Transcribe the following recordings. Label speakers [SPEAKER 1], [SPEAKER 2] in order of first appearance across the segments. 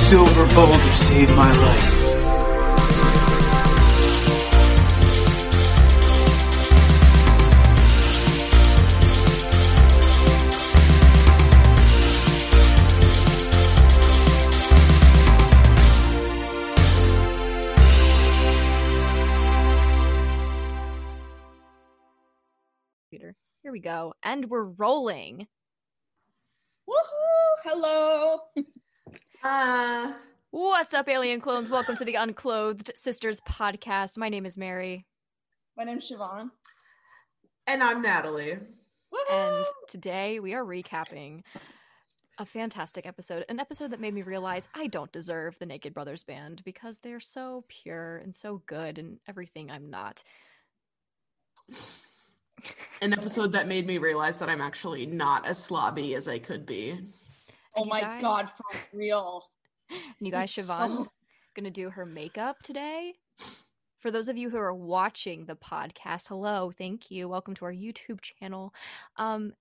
[SPEAKER 1] silver boulder saved my life.
[SPEAKER 2] Computer. Here we go. And we're rolling.
[SPEAKER 3] Woohoo! Hello.
[SPEAKER 4] Uh,
[SPEAKER 2] What's up, alien clones? Welcome to the Unclothed Sisters podcast. My name is Mary.
[SPEAKER 3] My name's Siobhan.
[SPEAKER 4] and I'm Natalie.
[SPEAKER 3] Woohoo!
[SPEAKER 2] And today we are recapping a fantastic episode, an episode that made me realize I don't deserve the Naked Brothers band because they're so pure and so good and everything I'm not.
[SPEAKER 4] An episode that made me realize that I'm actually not as slobby as I could be.
[SPEAKER 3] oh
[SPEAKER 2] And you
[SPEAKER 3] my
[SPEAKER 2] guys-
[SPEAKER 3] god, for real.
[SPEAKER 2] And you guys,
[SPEAKER 4] It's so-
[SPEAKER 2] Siobhan's gonna do her makeup today. For those of you who are watching the podcast, hello, thank you, welcome to our YouTube channel. Um,
[SPEAKER 3] Thanks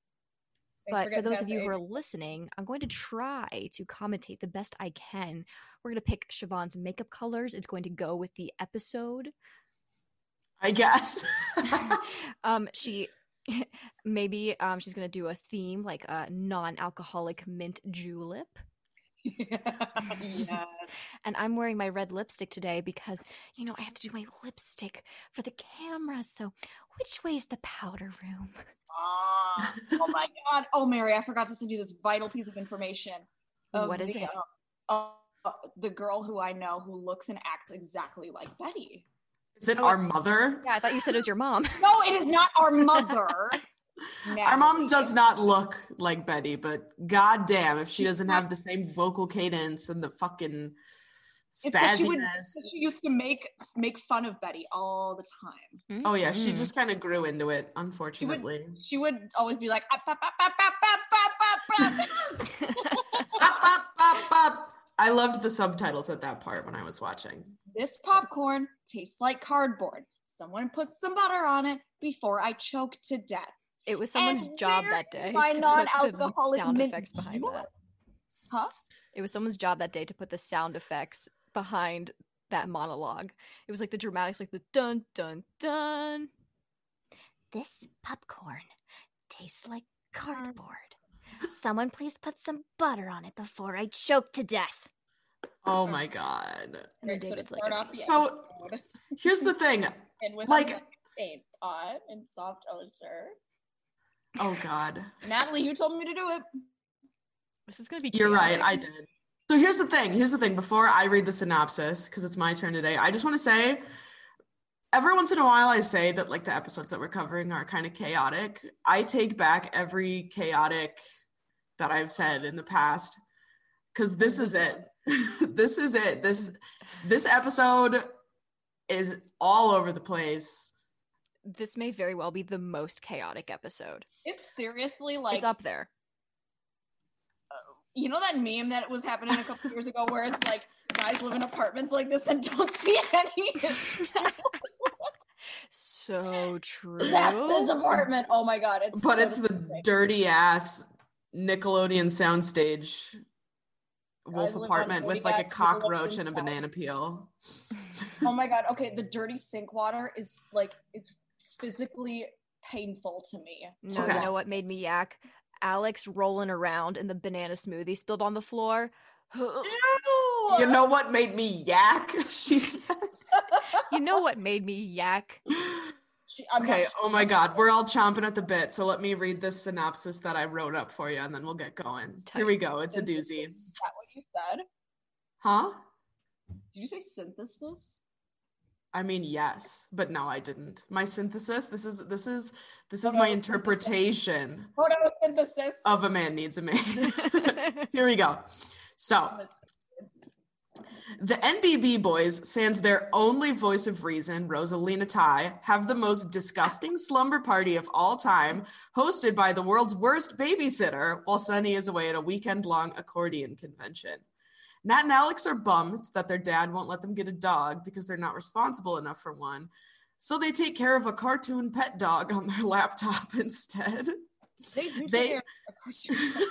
[SPEAKER 2] but for
[SPEAKER 3] getting
[SPEAKER 2] those
[SPEAKER 3] past
[SPEAKER 2] of you
[SPEAKER 3] the
[SPEAKER 2] who
[SPEAKER 3] age.
[SPEAKER 2] are listening, I'm going to try to commentate the best I can. We're gonna pick Siobhan's makeup colors. It's going to go with the episode.
[SPEAKER 4] I guess.
[SPEAKER 2] um, she maybe um, she's gonna do a theme like a non-alcoholic mint julep.
[SPEAKER 3] yeah.
[SPEAKER 2] And I'm wearing my red lipstick today because, you know, I have to do my lipstick for the camera. So, which way is the powder room?
[SPEAKER 3] Ah, oh my god. Oh Mary, I forgot to send you this vital piece of information. of
[SPEAKER 2] What is
[SPEAKER 3] the,
[SPEAKER 2] it?
[SPEAKER 3] uh, uh, the girl who I know who looks and acts exactly like Betty.
[SPEAKER 4] Is it our mother?
[SPEAKER 2] Yeah, I thought you said it was your mom.
[SPEAKER 3] No, it is not our mother.
[SPEAKER 4] Our mom
[SPEAKER 3] Natalie.
[SPEAKER 4] does not look like Betty, but goddamn, if she doesn't have the same vocal cadence and the fucking
[SPEAKER 3] It's 'cause she would-
[SPEAKER 4] spazziness.
[SPEAKER 3] She used to make make fun of Betty all the time.
[SPEAKER 4] Oh yeah, she
[SPEAKER 2] Mm.
[SPEAKER 4] just kind of grew into it, unfortunately.
[SPEAKER 3] Mm. She would always be like, "Ah, "Up, up, up, up, up, up, up, up, up."
[SPEAKER 4] Up, up, up, up. I loved the subtitles at that part when I was watching.
[SPEAKER 3] this popcorn tastes like cardboard. Someone put some butter on it before I choke to death.
[SPEAKER 2] It was someone's
[SPEAKER 3] And
[SPEAKER 2] job
[SPEAKER 3] where
[SPEAKER 2] that
[SPEAKER 3] is
[SPEAKER 2] day. to put
[SPEAKER 3] my
[SPEAKER 2] the
[SPEAKER 3] non-alcoholic
[SPEAKER 2] sound
[SPEAKER 3] mint
[SPEAKER 2] effects behind
[SPEAKER 3] julep?
[SPEAKER 2] that.
[SPEAKER 3] Huh?
[SPEAKER 2] It was someone's job that day to put the sound effects behind that monologue. It was like the dramatics, like the dun dun dun. This popcorn tastes like cardboard. Someone please put some butter on it before I choke to death.
[SPEAKER 4] Oh my god.
[SPEAKER 2] And then
[SPEAKER 3] Right, so to
[SPEAKER 2] David's like,
[SPEAKER 3] start
[SPEAKER 2] "Okay."
[SPEAKER 3] off the
[SPEAKER 4] So-
[SPEAKER 3] episode,
[SPEAKER 4] Here's the thing.
[SPEAKER 3] and with
[SPEAKER 4] like-
[SPEAKER 3] like paint on and soft osher.
[SPEAKER 4] Oh god.
[SPEAKER 3] Natalie, you told me to do it.
[SPEAKER 2] this is gonna be.
[SPEAKER 4] You're right.
[SPEAKER 2] chaotic.
[SPEAKER 4] I did. So here's the thing. Here's the thing. Before I read the synopsis, because it's my turn today, I just want to say every once in a while I say that like the episodes that we're covering are kind of chaotic. I take back every chaotic that I've said in the past because this is it. this is it. This this episode is all over the place.
[SPEAKER 2] this may very well be the most chaotic episode.
[SPEAKER 3] It's seriously like
[SPEAKER 2] it's up there.
[SPEAKER 3] you know that meme that was happening a couple years ago where it's like guys live in apartments like this and don't see any.
[SPEAKER 2] So true.
[SPEAKER 3] That's his apartment. Oh my god! It's
[SPEAKER 4] But
[SPEAKER 3] so
[SPEAKER 4] it's the
[SPEAKER 3] disgusting.
[SPEAKER 4] dirty ass Nickelodeon soundstage wolf
[SPEAKER 3] live on
[SPEAKER 4] apartment with like a
[SPEAKER 3] Zodiac, Nickelodeon
[SPEAKER 4] cockroach and a
[SPEAKER 3] South.
[SPEAKER 4] banana peel.
[SPEAKER 3] Oh my god. Okay, the dirty sink water is like it's physically painful to me.
[SPEAKER 2] No,
[SPEAKER 4] Okay.
[SPEAKER 2] you know what made me yak? Alex rolling around in the banana smoothie spilled on the floor.
[SPEAKER 4] You know what made me yak? She says.
[SPEAKER 2] you know what made me yak?
[SPEAKER 3] She- I'm
[SPEAKER 4] okay,
[SPEAKER 3] not-
[SPEAKER 4] oh my God, we're all chomping at the bit. So let me read this synopsis that I wrote up for you and then we'll get going. Here we go. It's a doozy.
[SPEAKER 3] is that what you said?
[SPEAKER 4] Huh?
[SPEAKER 3] Did you say synthesis?
[SPEAKER 4] I mean, yes, but no, I didn't. My synthesis, this is this is this is
[SPEAKER 3] Okay,
[SPEAKER 4] my
[SPEAKER 3] synthesis.
[SPEAKER 4] interpretation
[SPEAKER 3] Photosynthesis.
[SPEAKER 4] of a man needs a man. Here we go. So the NBB boys, sans their only voice of reason, Rosalina Ty, have the most disgusting slumber party of all time, hosted by the world's worst babysitter, while Sunny is away at a weekend-long accordion convention. Nat and Alex are bummed that their dad won't let them get a dog because they're not responsible enough for one, so they take care of a cartoon pet dog on their laptop instead.
[SPEAKER 3] They do
[SPEAKER 4] They-
[SPEAKER 3] share a cartoon.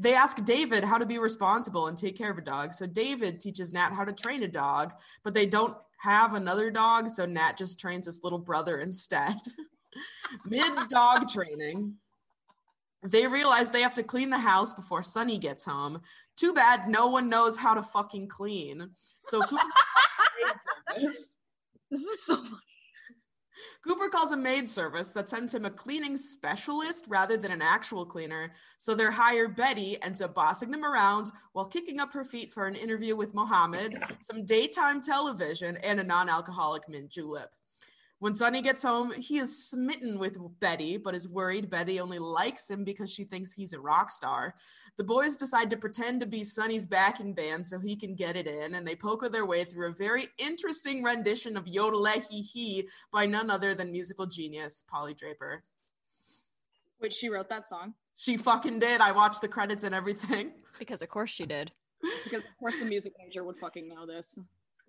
[SPEAKER 4] They ask David how to be responsible and take care of a dog. So David teaches Nat how to train a dog, but they don't have another dog, so Nat just trains his little brother instead. Mid dog training, they realize they have to clean the house before Sunny gets home. Too bad no one knows how to fucking clean. So Cooper calls a maid service.
[SPEAKER 3] This is so
[SPEAKER 4] Cooper calls a maid service that sends him a cleaning specialist rather than an actual cleaner. So their hire Betty ends up bossing them around while kicking up her feet for an interview with Mohammed, some daytime television, and a non-alcoholic mint julep. When Sonny gets home, he is smitten with Betty, but is worried Betty only likes him because she thinks he's a rock star. The boys decide to pretend to be Sonny's backing band so he can get it in, and they poker their way through a very interesting rendition of Yodele Hee Hee by none other than musical genius Polly Draper.
[SPEAKER 3] Wait, she wrote that song
[SPEAKER 4] She fucking did. I watched the credits and everything.
[SPEAKER 2] because of course she did.
[SPEAKER 3] because of course the music major would fucking know this.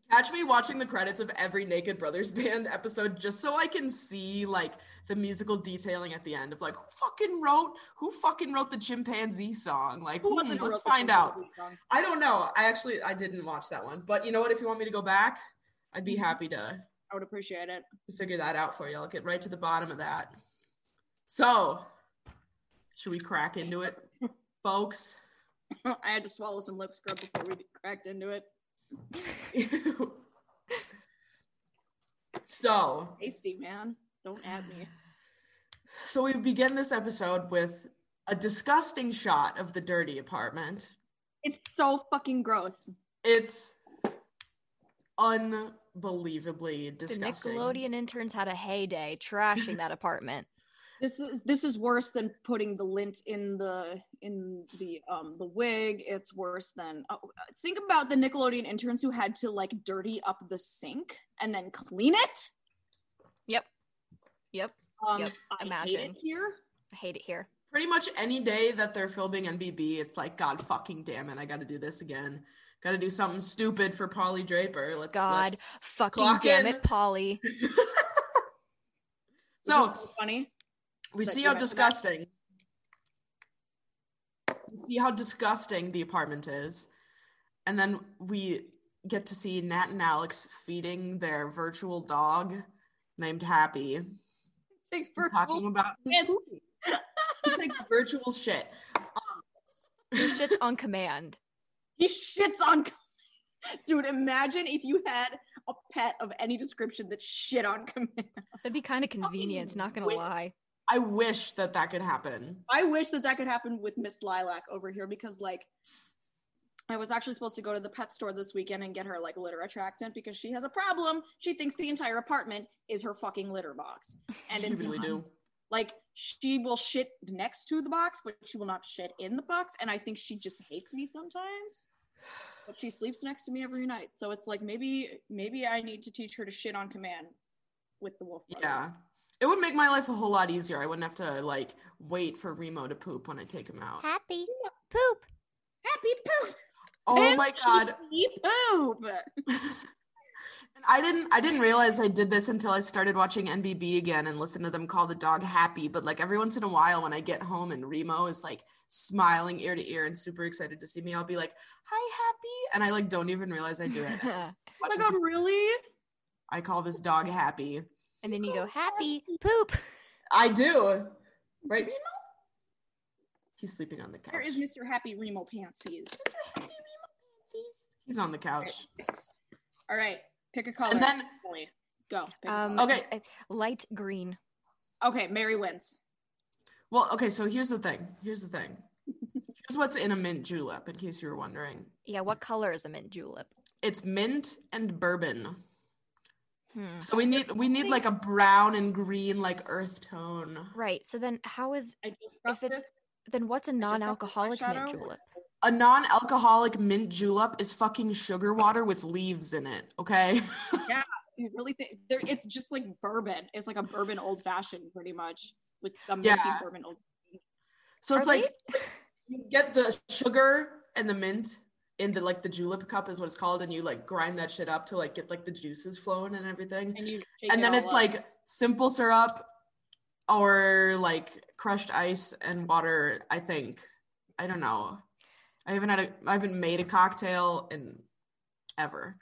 [SPEAKER 4] Catch me watching the credits of every Naked Brothers Band episode just so I can see like the musical detailing at the end of like who fucking wrote who fucking wrote the chimpanzee song. Like
[SPEAKER 3] Who
[SPEAKER 4] hmm,
[SPEAKER 3] wasn't who
[SPEAKER 4] let's
[SPEAKER 3] wrote the
[SPEAKER 4] find out.
[SPEAKER 3] chimpanzee song?
[SPEAKER 4] I don't know. I actually I didn't watch that one, but you know what? If you want me to go back, I'd
[SPEAKER 3] Mm-hmm.
[SPEAKER 4] be happy to
[SPEAKER 3] I would appreciate it.
[SPEAKER 4] to figure that out for you. I'll get right to the bottom of that. So, should we crack into it, folks?
[SPEAKER 3] I had to swallow some lip scrub before we cracked into it.
[SPEAKER 4] so,
[SPEAKER 3] Tasty, man. Don't add me.
[SPEAKER 4] So we begin this episode with a disgusting shot of the dirty apartment.
[SPEAKER 3] It's so fucking gross.
[SPEAKER 4] It's unbelievably
[SPEAKER 2] The
[SPEAKER 4] disgusting.
[SPEAKER 2] Nickelodeon interns had a heyday trashing that apartment.
[SPEAKER 3] This is this is worse than putting the lint in the in the um the wig. It's worse than oh, think about the Nickelodeon interns who had to like dirty up the sink and then clean it.
[SPEAKER 2] Yep,
[SPEAKER 3] Um,
[SPEAKER 2] Yep,
[SPEAKER 3] I imagine
[SPEAKER 2] imagine.
[SPEAKER 3] here.
[SPEAKER 2] I hate it here.
[SPEAKER 4] Pretty much any day that they're filming NBB, it's like God fucking damn it, I got to do this again. Got to do something stupid for Polly Draper. Let's
[SPEAKER 2] God
[SPEAKER 4] let's-
[SPEAKER 2] fucking
[SPEAKER 4] clock
[SPEAKER 2] damn
[SPEAKER 4] in.
[SPEAKER 2] it, Polly.
[SPEAKER 3] This
[SPEAKER 4] So
[SPEAKER 3] is funny.
[SPEAKER 4] we
[SPEAKER 3] that
[SPEAKER 4] see
[SPEAKER 3] you
[SPEAKER 4] how
[SPEAKER 3] went to that?
[SPEAKER 4] disgusting. We see how disgusting the apartment is. And then we get to see Nat and Alex feeding their virtual dog named Happy. and
[SPEAKER 3] Thanks for
[SPEAKER 4] talking about his
[SPEAKER 3] shit.
[SPEAKER 4] poopy. He takes virtual shit.
[SPEAKER 2] Who shits on command?
[SPEAKER 3] He shits on. com- Dude, imagine if you had a pet of any description that shit on command.
[SPEAKER 2] That'd be kind of convenient, not gonna
[SPEAKER 4] wait.
[SPEAKER 2] lie.
[SPEAKER 4] I wish that that could happen.
[SPEAKER 3] I wish that that could happen with Miss Lilac over here because, like, I was actually supposed to go to the pet store this weekend and get her like litter attractant because she has a problem. She thinks the entire apartment is her fucking litter box, and
[SPEAKER 4] you
[SPEAKER 3] it's
[SPEAKER 4] really
[SPEAKER 3] not.
[SPEAKER 4] do.
[SPEAKER 3] Like, she will shit next to the box, but she will not shit in the box. And I think she just hates me sometimes. But she sleeps next to me every night, so it's like maybe maybe I need to teach her to shit on command with the wolf. brother.
[SPEAKER 4] Yeah. It would make my life a whole lot easier. I wouldn't have to like wait for Remo to poop when I take him out.
[SPEAKER 5] Happy poop.
[SPEAKER 3] happy poop.
[SPEAKER 4] Oh my god.
[SPEAKER 3] Happy poop.
[SPEAKER 4] And I didn't I didn't realize I did this until I started watching NBB again and listened to them call the dog happy. But like every once in a while when I get home and Remo is like smiling ear to ear and super excited to see me, I'll be like, Hi happy and I like don't even realize I do it.
[SPEAKER 3] Oh
[SPEAKER 4] Watch
[SPEAKER 3] my
[SPEAKER 4] this-
[SPEAKER 3] god, really?
[SPEAKER 4] I call this dog happy.
[SPEAKER 2] and then you go,
[SPEAKER 5] Happy poop.
[SPEAKER 4] I do. Right, Remo? He's sleeping on the couch.
[SPEAKER 3] Where is Mr. Happy Remo Pantsies?
[SPEAKER 4] He's on the couch.
[SPEAKER 3] All right, pick a color.
[SPEAKER 4] And then
[SPEAKER 3] Emily. go. pick a
[SPEAKER 2] um,
[SPEAKER 3] color.
[SPEAKER 4] Okay.
[SPEAKER 2] uh, light green.
[SPEAKER 3] okay, Mary wins.
[SPEAKER 4] well, okay, so here's the thing. Here's the thing. Here's what's in a mint julep, in case you were wondering.
[SPEAKER 2] Yeah, what color is a mint julep?
[SPEAKER 4] It's mint and bourbon.
[SPEAKER 2] Hmm.
[SPEAKER 4] So we need we need like a brown and green like earth tone.
[SPEAKER 2] Right. So then, how is
[SPEAKER 3] I just got
[SPEAKER 2] If it's
[SPEAKER 3] this.
[SPEAKER 2] then what's a
[SPEAKER 3] I just got this
[SPEAKER 2] non-alcoholic mint
[SPEAKER 3] eyeshadow.
[SPEAKER 2] julep?
[SPEAKER 4] A non-alcoholic mint julep is fucking sugar water with leaves in it. Okay.
[SPEAKER 3] You really think there, it's just like bourbon. It's like a bourbon old fashioned, pretty much, with some
[SPEAKER 4] Yeah.
[SPEAKER 3] minty bourbon old.
[SPEAKER 4] So it's
[SPEAKER 2] Are
[SPEAKER 4] like you get the sugar and the mint in the like the julep cup is what it's called, and you like grind that shit up to like get like the juices flowing and everything.
[SPEAKER 3] And you. shake
[SPEAKER 4] And
[SPEAKER 3] it
[SPEAKER 4] then
[SPEAKER 3] all
[SPEAKER 4] it's
[SPEAKER 3] up.
[SPEAKER 4] like simple syrup or like crushed ice and water, I think. I don't know. I haven't had a I haven't made a cocktail in ever.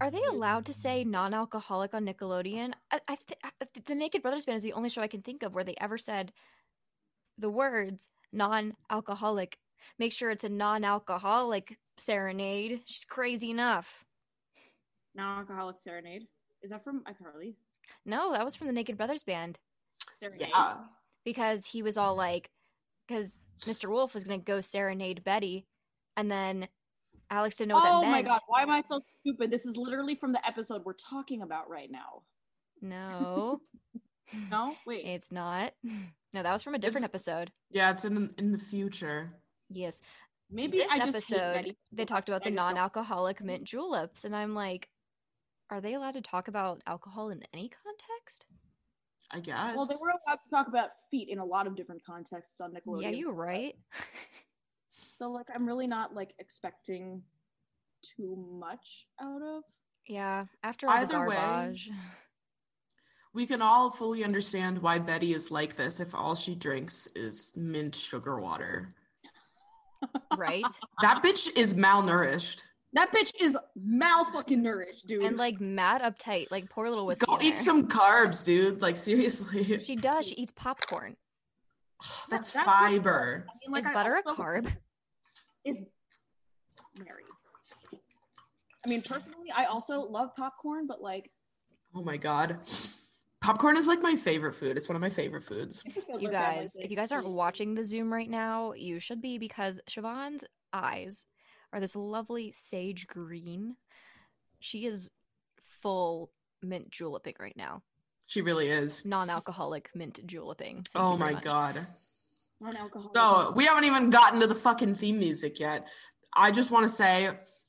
[SPEAKER 2] Are they
[SPEAKER 3] Mm-hmm.
[SPEAKER 2] allowed to say non-alcoholic on Nickelodeon? I, I, th- I th- the Naked Brothers Band is the only show I can think of where they ever said the words non-alcoholic. Make sure it's a non-alcoholic serenade. She's crazy enough.
[SPEAKER 3] Non-alcoholic serenade. Is that from iCarly?
[SPEAKER 2] No, that was from the Naked Brothers Band
[SPEAKER 3] Serenade.
[SPEAKER 4] Yeah.
[SPEAKER 2] because he was all
[SPEAKER 3] Mm-hmm.
[SPEAKER 2] like, because Mr. Wolf was gonna go serenade Betty, and then Alex didn't know what
[SPEAKER 3] oh
[SPEAKER 2] that
[SPEAKER 3] my
[SPEAKER 2] meant.
[SPEAKER 3] god, why am I so stupid? This is literally from the episode we're talking about right now.
[SPEAKER 2] No,
[SPEAKER 3] No, wait.
[SPEAKER 2] it's not. No, that was from a different episode.
[SPEAKER 4] Yeah, it's in in the future.
[SPEAKER 2] Yes.
[SPEAKER 3] Maybe
[SPEAKER 2] this
[SPEAKER 3] I just hate
[SPEAKER 2] episode
[SPEAKER 3] Betty.
[SPEAKER 2] they talked about
[SPEAKER 3] I
[SPEAKER 2] the
[SPEAKER 3] just don't-
[SPEAKER 2] non-alcoholic mint
[SPEAKER 4] Mm-hmm.
[SPEAKER 2] juleps and i'm like are they allowed to talk about alcohol in any context
[SPEAKER 4] I guess.
[SPEAKER 3] Well, they were allowed to talk about feet in a lot of different contexts on Nickelodeon.
[SPEAKER 2] yeah you're right
[SPEAKER 3] So like, I'm really not like expecting too much out of.
[SPEAKER 2] yeah after all the
[SPEAKER 4] Either way-
[SPEAKER 2] garbage
[SPEAKER 4] we can all fully understand why Betty is like this if all she drinks is mint sugar water.
[SPEAKER 2] right
[SPEAKER 4] That bitch is malnourished.
[SPEAKER 3] That bitch is mal fucking nourished, dude.
[SPEAKER 2] and like mad uptight like poor little whiskey
[SPEAKER 4] Go
[SPEAKER 2] in
[SPEAKER 4] eat
[SPEAKER 2] there.
[SPEAKER 4] some carbs, dude. Like seriously.
[SPEAKER 2] she does she eats popcorn
[SPEAKER 4] That's
[SPEAKER 3] That- that-
[SPEAKER 4] fiber.
[SPEAKER 3] I mean, like,
[SPEAKER 2] is
[SPEAKER 3] I
[SPEAKER 2] butter a
[SPEAKER 3] also-
[SPEAKER 2] carb
[SPEAKER 3] Is Mary. I mean, personally, I also love popcorn, but like,
[SPEAKER 4] Oh my god. Popcorn is like my favorite food. It's one of my favorite foods.
[SPEAKER 2] you guys if you guys aren't watching the zoom right now you should be because siobhan's eyes are this lovely sage green she is full mint juleping right now
[SPEAKER 4] She really is.
[SPEAKER 2] non-alcoholic mint juleping. Thank
[SPEAKER 4] oh
[SPEAKER 2] you very
[SPEAKER 4] my
[SPEAKER 2] much.
[SPEAKER 4] god.
[SPEAKER 3] non-alcoholic,
[SPEAKER 4] So we haven't even gotten to the fucking theme music yet. I just want to say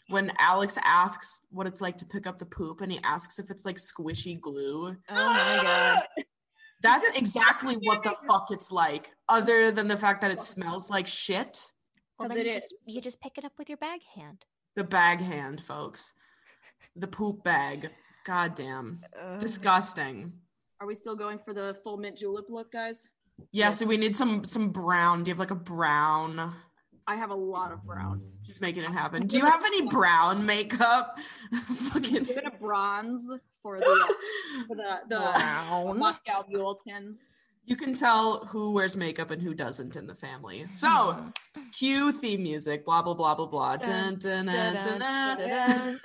[SPEAKER 4] when Alex asks what it's like to pick up the poop and he asks if it's like squishy glue,
[SPEAKER 2] Oh my god.
[SPEAKER 4] that's exactly what the fuck it's like, other than the fact that it smells like shit.
[SPEAKER 2] Well,
[SPEAKER 3] 'Cause
[SPEAKER 2] then
[SPEAKER 3] it
[SPEAKER 2] you just,
[SPEAKER 3] is.
[SPEAKER 2] you just pick it up with your bag hand.
[SPEAKER 4] The bag hand, folks. The poop bag. God damn. Disgusting.
[SPEAKER 3] Are we still going for the full mint julep look, guys?
[SPEAKER 4] Yeah, so we need some some brown. Do you have like a brown?
[SPEAKER 3] I have a lot of brown.
[SPEAKER 4] Just making it happen. Do you have any brown makeup? Fucking
[SPEAKER 3] Give it a bronze for the for the the
[SPEAKER 2] Brown.
[SPEAKER 3] Moscow mule tins.
[SPEAKER 4] You can tell who wears makeup and who doesn't in the family. So, cue theme music, blah, blah, blah, blah, blah. Dun, dun, dun, dun, dun.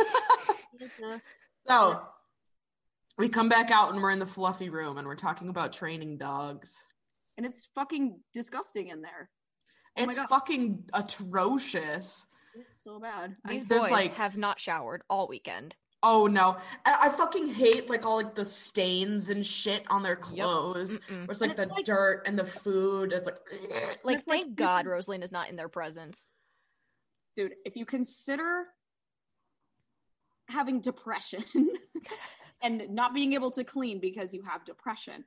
[SPEAKER 4] So, we come back out and we're in the fluffy room and we're talking about training dogs.
[SPEAKER 3] and it's fucking disgusting in there. Oh my
[SPEAKER 4] It's
[SPEAKER 3] God.
[SPEAKER 4] fucking atrocious.
[SPEAKER 3] It's so bad. I-
[SPEAKER 2] These
[SPEAKER 4] There's,
[SPEAKER 2] boys
[SPEAKER 4] like-
[SPEAKER 2] have not showered all weekend.
[SPEAKER 4] Oh no. I, I fucking hate like all like the stains and shit on their clothes.
[SPEAKER 2] Mm-mm.
[SPEAKER 4] Where it's like
[SPEAKER 3] And
[SPEAKER 4] the
[SPEAKER 3] it's, like-
[SPEAKER 4] dirt and the food. It's like
[SPEAKER 2] Like,
[SPEAKER 3] it's, like,
[SPEAKER 2] thank God
[SPEAKER 3] different-
[SPEAKER 2] Rosaline is not in their presence.
[SPEAKER 3] dude, if you consider having depression and not being able to clean because you have depression,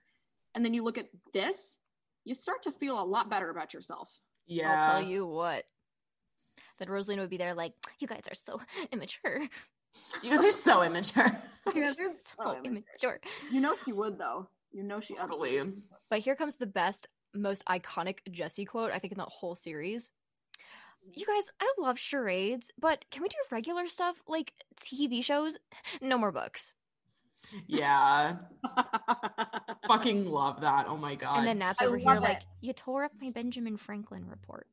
[SPEAKER 3] and then you look at this, you start to feel a lot better about yourself.
[SPEAKER 4] yeah.
[SPEAKER 2] I'll tell you what. Then Rosaline would be there, like, you guys are so immature.
[SPEAKER 4] You guys are so immature.
[SPEAKER 2] You're
[SPEAKER 3] You're
[SPEAKER 2] so
[SPEAKER 3] so immature."
[SPEAKER 2] immature.
[SPEAKER 3] You know she would though. You know she absolutely.
[SPEAKER 4] totally.
[SPEAKER 2] But here comes the best, most iconic Jesse quote, I think, in the whole series. You guys, I love charades, but can we do regular stuff like TV shows? No more books.
[SPEAKER 4] Yeah. Fucking love that. Oh my god.
[SPEAKER 2] and then Nat's
[SPEAKER 3] I
[SPEAKER 2] over here,
[SPEAKER 3] love
[SPEAKER 2] like,
[SPEAKER 3] it.
[SPEAKER 2] you tore up my Benjamin Franklin report.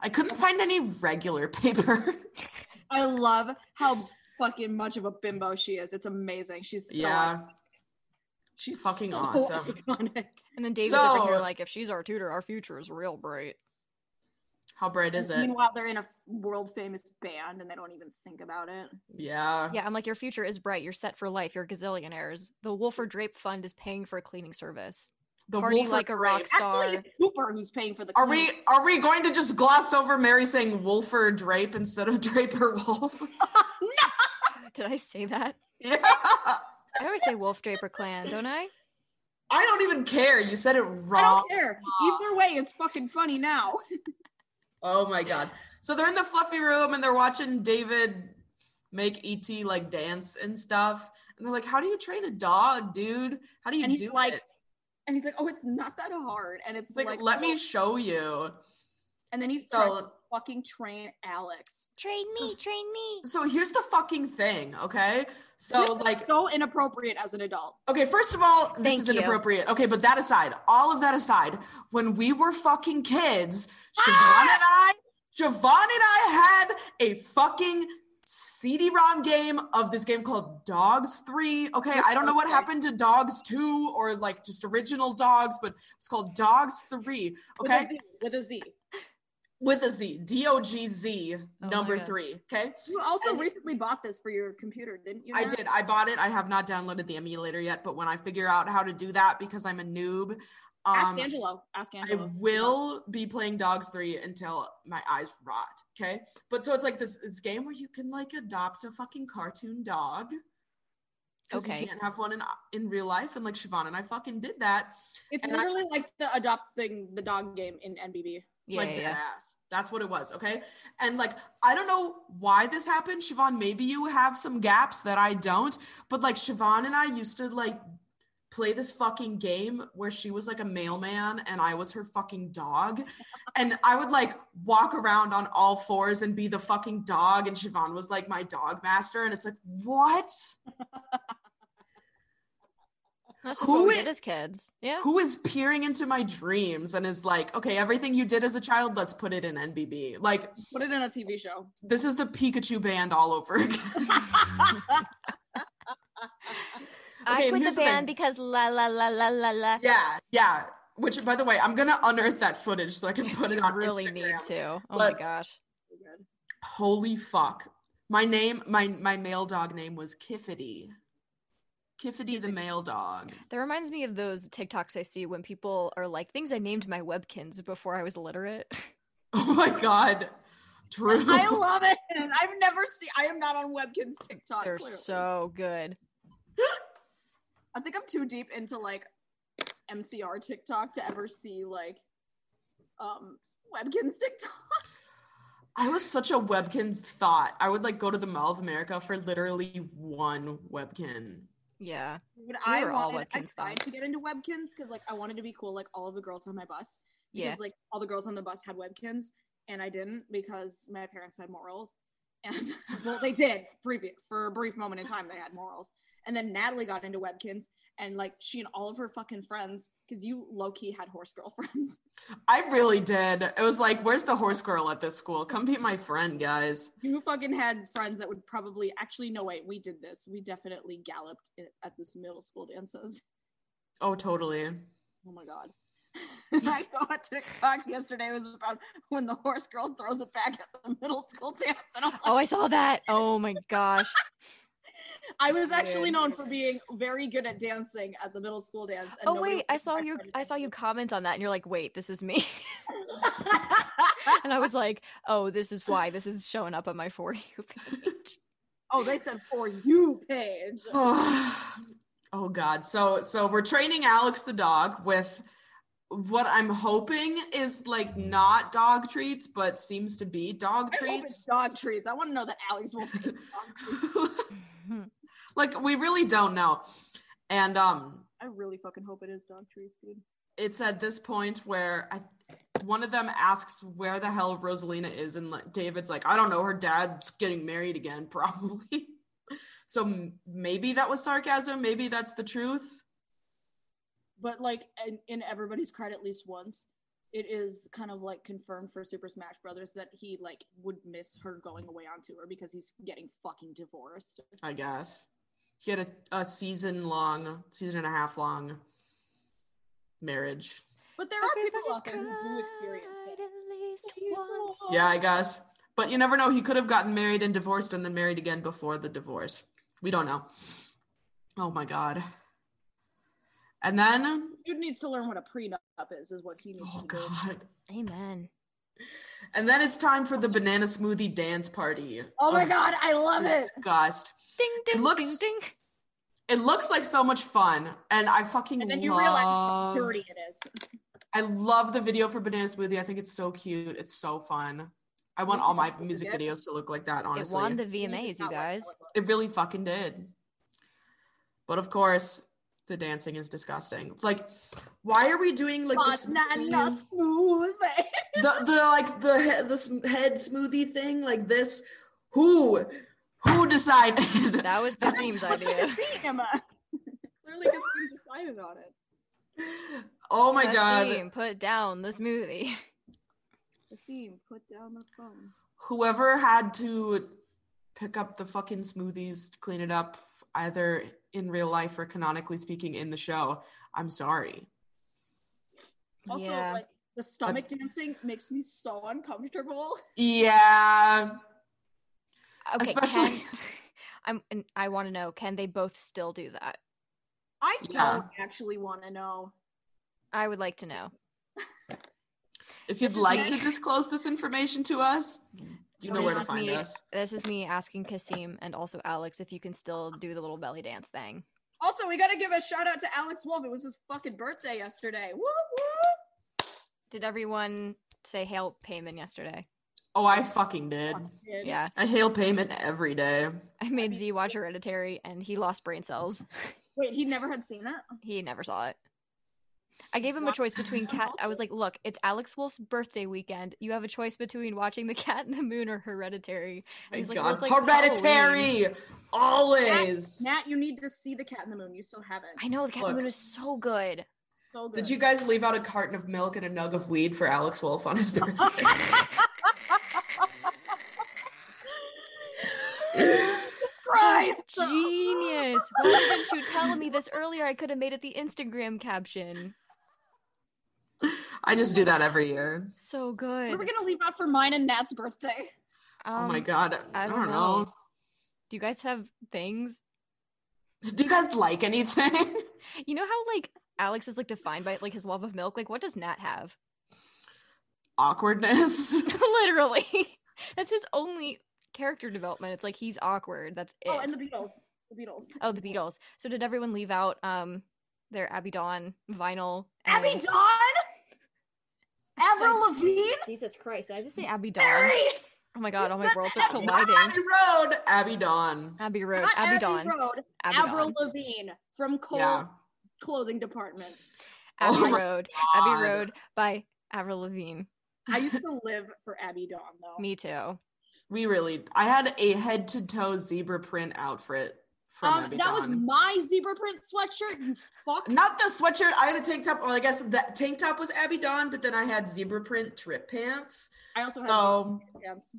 [SPEAKER 4] I couldn't find any regular paper.
[SPEAKER 3] I love how fucking much of a bimbo she is. It's amazing. She's so
[SPEAKER 4] yeah.
[SPEAKER 3] she's
[SPEAKER 4] Fucking
[SPEAKER 3] so
[SPEAKER 4] awesome.
[SPEAKER 3] iconic.
[SPEAKER 2] And then David's over here,
[SPEAKER 4] So-
[SPEAKER 2] like, if she's our tutor, our future is real bright.
[SPEAKER 4] How bright is it?
[SPEAKER 3] Meanwhile, they're in a world famous band and they don't even think about it.
[SPEAKER 4] Yeah.
[SPEAKER 2] Yeah, I'm like, your future is bright. You're set for life. You're gazillionaires. The Wolfer Drape Fund is paying for a cleaning service.
[SPEAKER 4] The
[SPEAKER 2] Party
[SPEAKER 4] Wolford
[SPEAKER 2] like a
[SPEAKER 4] Grape.
[SPEAKER 2] rock star.
[SPEAKER 3] Actually, it's Cooper who's paying for the.
[SPEAKER 4] Are we
[SPEAKER 3] cleaning.
[SPEAKER 4] are we going to just gloss over Mary saying Wolfer Drape instead of Draper Wolf?
[SPEAKER 2] Did I say that?
[SPEAKER 4] yeah.
[SPEAKER 2] I always say Wolf Draper Clan, don't I?
[SPEAKER 4] I don't even care. You said it
[SPEAKER 3] I
[SPEAKER 4] wrong.
[SPEAKER 3] don't care. Either way, it's fucking funny now.
[SPEAKER 4] Oh my god. So they're in the fluffy room and they're watching David make ET like dance and stuff. And they're like, How do you train a dog, dude? How do you
[SPEAKER 3] And he's
[SPEAKER 4] do
[SPEAKER 3] like,
[SPEAKER 4] it?
[SPEAKER 3] and he's like, "Oh, it's not that hard." And
[SPEAKER 4] It's
[SPEAKER 3] it's,
[SPEAKER 4] like, let
[SPEAKER 3] oh,
[SPEAKER 4] me show you.
[SPEAKER 3] And then he's
[SPEAKER 4] So
[SPEAKER 3] fucking train Alex.
[SPEAKER 5] Train me,
[SPEAKER 4] Just-
[SPEAKER 5] train me.
[SPEAKER 4] so here's the fucking thing, okay? So like
[SPEAKER 3] So inappropriate as an adult.
[SPEAKER 4] Okay, first of all, this
[SPEAKER 2] Thank
[SPEAKER 4] is
[SPEAKER 2] you.
[SPEAKER 4] inappropriate. Okay, but that aside, all of that aside, when we were fucking kids, Siobhan and I, Siobhan and I had a fucking CD-ROM game of this game called Dogs 3. Okay, I don't know what happened to Dogs 2 or like just original Dogs, but it's called Dogs 3.
[SPEAKER 3] With
[SPEAKER 4] Okay,
[SPEAKER 3] a Z. With a Z.
[SPEAKER 4] with a Z, D O G Z,
[SPEAKER 2] my
[SPEAKER 4] number
[SPEAKER 2] God.
[SPEAKER 4] 3. Okay,
[SPEAKER 3] You also
[SPEAKER 4] And-
[SPEAKER 3] recently bought this for your computer, didn't you?
[SPEAKER 4] I
[SPEAKER 3] Nat?
[SPEAKER 4] did. I bought it. I have not downloaded the emulator yet, but when I figure out how to do that because I'm a noob,
[SPEAKER 3] Ask
[SPEAKER 4] um,
[SPEAKER 3] Angelo. Ask
[SPEAKER 4] I
[SPEAKER 3] Angelo.
[SPEAKER 4] will be playing Dogs 3 until my eyes rot. Okay. But so it's like this, this game where you can like adopt a fucking cartoon dog. Because
[SPEAKER 2] Okay.
[SPEAKER 4] you can't have one in, in real life. And like Siobhan and I fucking did that.
[SPEAKER 3] It's
[SPEAKER 4] and I-
[SPEAKER 3] literally like the adopting the dog game in NBB.
[SPEAKER 2] Yeah,
[SPEAKER 4] like
[SPEAKER 2] yeah,
[SPEAKER 4] dead
[SPEAKER 2] yeah.
[SPEAKER 4] ass. That's what it was. Okay. And like, I don't know why this happened. Siobhan, maybe you have some gaps that I don't. But like, Siobhan and I used to like play this fucking game where she was like a mailman and I was her fucking dog. And I would like walk around on all fours and be the fucking dog. And Siobhan was like my dog master. And it's like, what?
[SPEAKER 2] That's just what
[SPEAKER 4] Who
[SPEAKER 2] we
[SPEAKER 4] i-
[SPEAKER 2] did as kids. Yeah.
[SPEAKER 4] Who is peering into my dreams and is like, okay, everything you did as a child, let's put it in NBB. Like,
[SPEAKER 3] Put it in a TV show.
[SPEAKER 4] this is the Pikachu band all over again. Okay,
[SPEAKER 5] I
[SPEAKER 4] and
[SPEAKER 5] quit
[SPEAKER 4] here's
[SPEAKER 5] the
[SPEAKER 4] the thing.
[SPEAKER 5] band because la la la la la la.
[SPEAKER 4] yeah, yeah. Which, by the way, I'm gonna unearth that footage so I can put it
[SPEAKER 2] You
[SPEAKER 4] on
[SPEAKER 2] really
[SPEAKER 4] Instagram.
[SPEAKER 2] need to. Oh my
[SPEAKER 4] But-
[SPEAKER 2] gosh.
[SPEAKER 3] Good.
[SPEAKER 4] Holy fuck! My name, my my male dog name was Kiffity. Kiffity the male dog.
[SPEAKER 2] That reminds me of those TikToks I see when people are like, things I named my webkins before I was literate.
[SPEAKER 4] Oh my god. True.
[SPEAKER 3] I love it. I've never seen. I am not on Webkin's TikTok.
[SPEAKER 2] They're
[SPEAKER 3] clearly.
[SPEAKER 2] so good.
[SPEAKER 3] I think I'm too deep into like MCR TikTok to ever see like um Webkin's TikTok.
[SPEAKER 4] I was such a Webkins thought. I would like go to the Mall of America for literally one Webkin.
[SPEAKER 2] Yeah.
[SPEAKER 3] When
[SPEAKER 2] We
[SPEAKER 3] I
[SPEAKER 2] were all
[SPEAKER 3] wanted, I
[SPEAKER 2] Webkinz
[SPEAKER 3] tried
[SPEAKER 2] thoughts.
[SPEAKER 3] to get into Webkins because like I wanted to be cool like all of the girls on my bus because
[SPEAKER 2] Yeah.
[SPEAKER 3] like all the girls on the bus had Webkins and I didn't because my parents had morals and well they did previ- for a brief moment in time they had morals and then Natalie got into Webkins and like she and all of her fucking friends because you low key had horse girlfriends
[SPEAKER 4] I really did. It was like, where's the horse girl at this school? Come be my friend, guys.
[SPEAKER 3] you fucking had friends that would probably actually no wait we did this we definitely galloped it at this middle school dances
[SPEAKER 4] Oh, totally.
[SPEAKER 3] Oh my god. I saw a TikTok yesterday it was about when the horse girl throws it back at the middle school dance. And I'm like,
[SPEAKER 2] Oh, I saw that. Oh my gosh.
[SPEAKER 3] I was actually
[SPEAKER 2] Dude.
[SPEAKER 3] known for being very good at dancing at the middle school dance. And
[SPEAKER 2] Oh
[SPEAKER 3] nobody
[SPEAKER 2] wait, I
[SPEAKER 3] was
[SPEAKER 2] saw
[SPEAKER 3] my
[SPEAKER 2] you
[SPEAKER 3] friend.
[SPEAKER 2] I saw you comment on that and you're like, "Wait, this is me." and I was like, "Oh, this is why this is showing up on my for you page."
[SPEAKER 3] oh, they said for you page.
[SPEAKER 4] oh oh, god so so we're training alex the dog with what i'm hoping is like not dog treats but seems to be dog
[SPEAKER 3] I hope it's
[SPEAKER 4] treats
[SPEAKER 3] dog treats. I want to know that Alex will feed dog treats.
[SPEAKER 4] like we really don't know and um
[SPEAKER 3] I really fucking hope it is dog treats, dude.
[SPEAKER 4] it's at this point where i one of them asks where the hell rosalina is and like david's like i don't know her dad's getting married again probably so m- maybe that was sarcasm maybe that's the truth
[SPEAKER 3] But like in, in everybody's card at least once, it is kind of like confirmed for Super Smash Brothers that he like would miss her going away on tour because he's getting fucking divorced.
[SPEAKER 4] I guess. Get a, a season long, season and a half long marriage.
[SPEAKER 3] But there are people out there who do experience
[SPEAKER 2] cried
[SPEAKER 3] it.
[SPEAKER 2] at least once.
[SPEAKER 4] Yeah, I guess. But you never know. He could have gotten married and divorced and then married again before the divorce. We don't know. Oh my God. And then,
[SPEAKER 3] Dude needs to learn what a prenup is, is what he needs
[SPEAKER 4] oh
[SPEAKER 3] to do.
[SPEAKER 4] God.
[SPEAKER 2] Amen.
[SPEAKER 4] And then it's time for the banana smoothie dance party.
[SPEAKER 3] Oh my God, I love it.
[SPEAKER 4] Disgust.
[SPEAKER 2] Ding ding
[SPEAKER 4] looks-
[SPEAKER 2] ding ding.
[SPEAKER 4] It looks like so much fun. And I fucking
[SPEAKER 3] And then you realize how
[SPEAKER 4] love
[SPEAKER 3] dirty it is.
[SPEAKER 4] I love the video for Banana Smoothie. I think it's so cute. It's so fun. I want all my music videos to look like that,
[SPEAKER 2] It
[SPEAKER 4] honestly.
[SPEAKER 2] won the
[SPEAKER 4] It,
[SPEAKER 2] VMAs, you guys.
[SPEAKER 4] really fucking did. But of course, the dancing is disgusting. Like, why are we doing like the
[SPEAKER 3] Banana
[SPEAKER 4] smoothie-
[SPEAKER 3] smooth.
[SPEAKER 4] the, the like the he- the sm- head smoothie thing like this? Who who decided?
[SPEAKER 2] That was the theme's idea.
[SPEAKER 3] Emma. Clearly, because you decided on it.
[SPEAKER 4] oh my god!
[SPEAKER 2] Nassim, put down the smoothie.
[SPEAKER 3] The seam. Put down the phone.
[SPEAKER 4] Whoever had to pick up the fucking smoothies, clean it up, either in real life or canonically speaking in the show, I'm sorry.
[SPEAKER 3] Also,
[SPEAKER 2] Yeah.
[SPEAKER 3] like the stomach dancing makes me so uncomfortable.
[SPEAKER 4] Yeah.
[SPEAKER 2] Okay,
[SPEAKER 4] Especially-
[SPEAKER 2] can- I'm. and I want to know. Can they both still do that?
[SPEAKER 3] I
[SPEAKER 4] Yeah.
[SPEAKER 3] don't actually want to know.
[SPEAKER 2] I would like to know.
[SPEAKER 4] If you'd
[SPEAKER 3] This is
[SPEAKER 4] like to
[SPEAKER 3] Nick.
[SPEAKER 4] disclose this information to us, you know
[SPEAKER 2] This
[SPEAKER 4] where to
[SPEAKER 2] is
[SPEAKER 4] find
[SPEAKER 2] me.
[SPEAKER 4] us.
[SPEAKER 2] This is me asking Kasim and also Alex if you can still do the little belly dance thing.
[SPEAKER 3] Also, we gotta give a shout out to Alex Wolf. It was his fucking birthday yesterday. Woo woo!
[SPEAKER 2] Did everyone say hail payment yesterday?
[SPEAKER 4] Oh, I fucking did.
[SPEAKER 2] Yeah,
[SPEAKER 4] I hail payment every day.
[SPEAKER 2] I made Z watch Hereditary and he lost brain cells.
[SPEAKER 3] Wait, he never had seen that.
[SPEAKER 2] He never saw it. I gave him a
[SPEAKER 3] Wow.
[SPEAKER 2] choice between cat. I was like, "Look, it's Alex Wolf's birthday weekend. You have a choice between watching The Cat in the Moon or Hereditary." And
[SPEAKER 4] Thank
[SPEAKER 2] he's like, well,
[SPEAKER 4] God.
[SPEAKER 2] it's like
[SPEAKER 4] Hereditary. Always.
[SPEAKER 3] Matt, you need to see the Cat in the Moon. You still haven't.
[SPEAKER 2] I know The Cat in
[SPEAKER 4] Look.
[SPEAKER 2] the Moon is so good.
[SPEAKER 3] So good.
[SPEAKER 4] Did you guys leave out a carton of milk and a nug of weed for Alex Wolf on his birthday?
[SPEAKER 3] Christ!
[SPEAKER 2] That's genius. Why didn't you tell me this earlier? I could have made it the Instagram caption.
[SPEAKER 4] I just do that every year.
[SPEAKER 2] So
[SPEAKER 3] What
[SPEAKER 2] good.
[SPEAKER 3] are we gonna leave out for mine and Nat's birthday?
[SPEAKER 4] oh my
[SPEAKER 2] Um,
[SPEAKER 4] God. I,
[SPEAKER 2] I
[SPEAKER 4] don't,
[SPEAKER 2] don't
[SPEAKER 4] know.
[SPEAKER 2] know. Do you guys have things?
[SPEAKER 4] Do you guys like anything?
[SPEAKER 2] You know how like Alex is like defined by like his love of milk. Like, what does Nat have?
[SPEAKER 4] Awkwardness.
[SPEAKER 2] Literally, that's his only character development. It's like he's awkward. That's it.
[SPEAKER 3] Oh, and the Beatles. The Beatles.
[SPEAKER 2] Oh, the Beatles. So did everyone leave out um their Abby Dawn vinyl?
[SPEAKER 3] Abby
[SPEAKER 2] and-
[SPEAKER 3] Dawn. Avril Lavigne.
[SPEAKER 2] Jesus Christ! Did I just say Abby Dawn?
[SPEAKER 3] Barry.
[SPEAKER 2] Oh my God! All
[SPEAKER 3] You
[SPEAKER 2] my
[SPEAKER 3] said
[SPEAKER 2] worlds are
[SPEAKER 3] Abby
[SPEAKER 2] colliding.
[SPEAKER 4] Abbey Road. Abbey Dawn.
[SPEAKER 2] Abby Road.
[SPEAKER 3] Not
[SPEAKER 2] Abby Dawn.
[SPEAKER 3] Road.
[SPEAKER 2] Abby
[SPEAKER 3] Avril
[SPEAKER 2] Dawn.
[SPEAKER 3] Lavigne from Cole's
[SPEAKER 4] Yeah.
[SPEAKER 3] Clothing Department.
[SPEAKER 4] Oh
[SPEAKER 2] Abbey
[SPEAKER 4] my
[SPEAKER 2] Road. Abbey
[SPEAKER 4] God.
[SPEAKER 2] Road by Avril Lavigne.
[SPEAKER 3] I used to live for Abby Dawn though.
[SPEAKER 2] Me too.
[SPEAKER 4] We really. I had a head to toe zebra print outfit from
[SPEAKER 3] Um,
[SPEAKER 4] Abbey
[SPEAKER 3] that was
[SPEAKER 4] Dawn.
[SPEAKER 3] my zebra print sweatshirt. You fuck.
[SPEAKER 4] Not the sweatshirt. I had a tank top. Well, I guess that tank top was Abby Dawn, but then I had zebra print trip pants.
[SPEAKER 3] I also have
[SPEAKER 4] So
[SPEAKER 3] pants.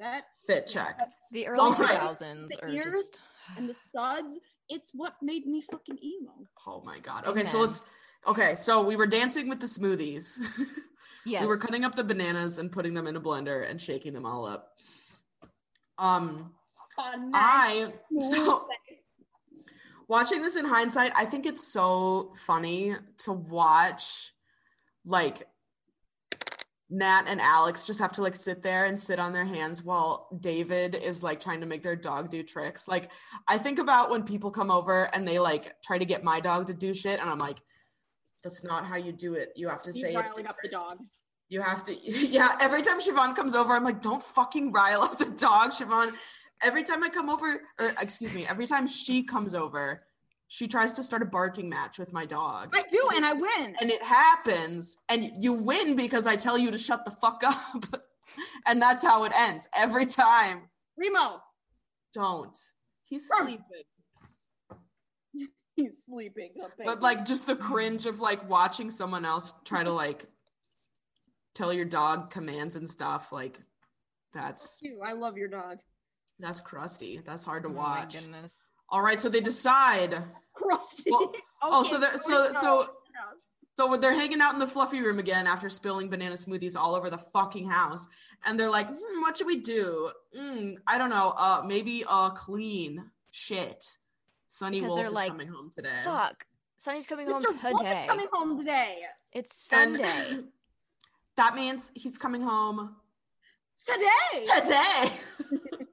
[SPEAKER 3] That
[SPEAKER 4] fit check.
[SPEAKER 2] The early
[SPEAKER 4] All
[SPEAKER 2] two
[SPEAKER 4] right.
[SPEAKER 2] thousands
[SPEAKER 3] The
[SPEAKER 2] are
[SPEAKER 3] ears
[SPEAKER 2] just
[SPEAKER 3] and the studs. It's what made me fucking emo.
[SPEAKER 4] Oh my god. Okay, so
[SPEAKER 2] Amen.
[SPEAKER 4] let's. Okay, so we were dancing with the smoothies.
[SPEAKER 2] yes.
[SPEAKER 4] we were cutting up the bananas and putting them in a blender and shaking them all up. Um,
[SPEAKER 3] On
[SPEAKER 4] I
[SPEAKER 3] my
[SPEAKER 4] so
[SPEAKER 3] smooth face.
[SPEAKER 4] watching this in hindsight, I think it's so funny to watch like Nat and Alex just have to like sit there and sit on their hands while David is like trying to make their dog do tricks. Like I think about when people come over and they like try to get my dog to do shit and I'm like that's not how you do it. You have to
[SPEAKER 3] You
[SPEAKER 4] say it.
[SPEAKER 3] riling up the dog.
[SPEAKER 4] You have to, yeah. Every time Siobhan comes over, I'm like, don't fucking rile up the dog, Siobhan. Every time I come over, or excuse me, every time she comes over, she tries to start a barking match with my dog.
[SPEAKER 3] I do, and I win.
[SPEAKER 4] And it happens, and you win because I tell you to shut the fuck up. and that's how it ends every time.
[SPEAKER 3] Remo,
[SPEAKER 4] Don't. He's
[SPEAKER 3] Right.
[SPEAKER 4] sleeping.
[SPEAKER 3] he's sleeping. up there.
[SPEAKER 4] But like, just the cringe of like watching someone else try to like tell your dog commands and stuff. Like, that's
[SPEAKER 3] you, I love your dog.
[SPEAKER 4] That's crusty. That's hard to
[SPEAKER 2] Oh my
[SPEAKER 4] watch.
[SPEAKER 2] goodness.
[SPEAKER 4] All right, so they decide.
[SPEAKER 3] Crusty.
[SPEAKER 4] Well,
[SPEAKER 3] Okay,
[SPEAKER 4] oh, so they're- so-
[SPEAKER 3] Remo.
[SPEAKER 4] so- So they're hanging out in the fluffy room again after spilling banana smoothies all over the fucking house, and they're like, hmm, "What should we do? Mm, I don't know. Uh, maybe uh, clean shit. Sunny
[SPEAKER 2] Because
[SPEAKER 4] Wolf
[SPEAKER 2] they're
[SPEAKER 4] is
[SPEAKER 2] like,
[SPEAKER 4] coming home today.
[SPEAKER 2] Fuck. Sunny's coming home
[SPEAKER 3] Mr. Wolf
[SPEAKER 2] today.
[SPEAKER 3] is coming home today.
[SPEAKER 2] It's
[SPEAKER 4] And
[SPEAKER 2] Sunday.
[SPEAKER 4] that means he's coming home
[SPEAKER 3] Today.
[SPEAKER 4] today.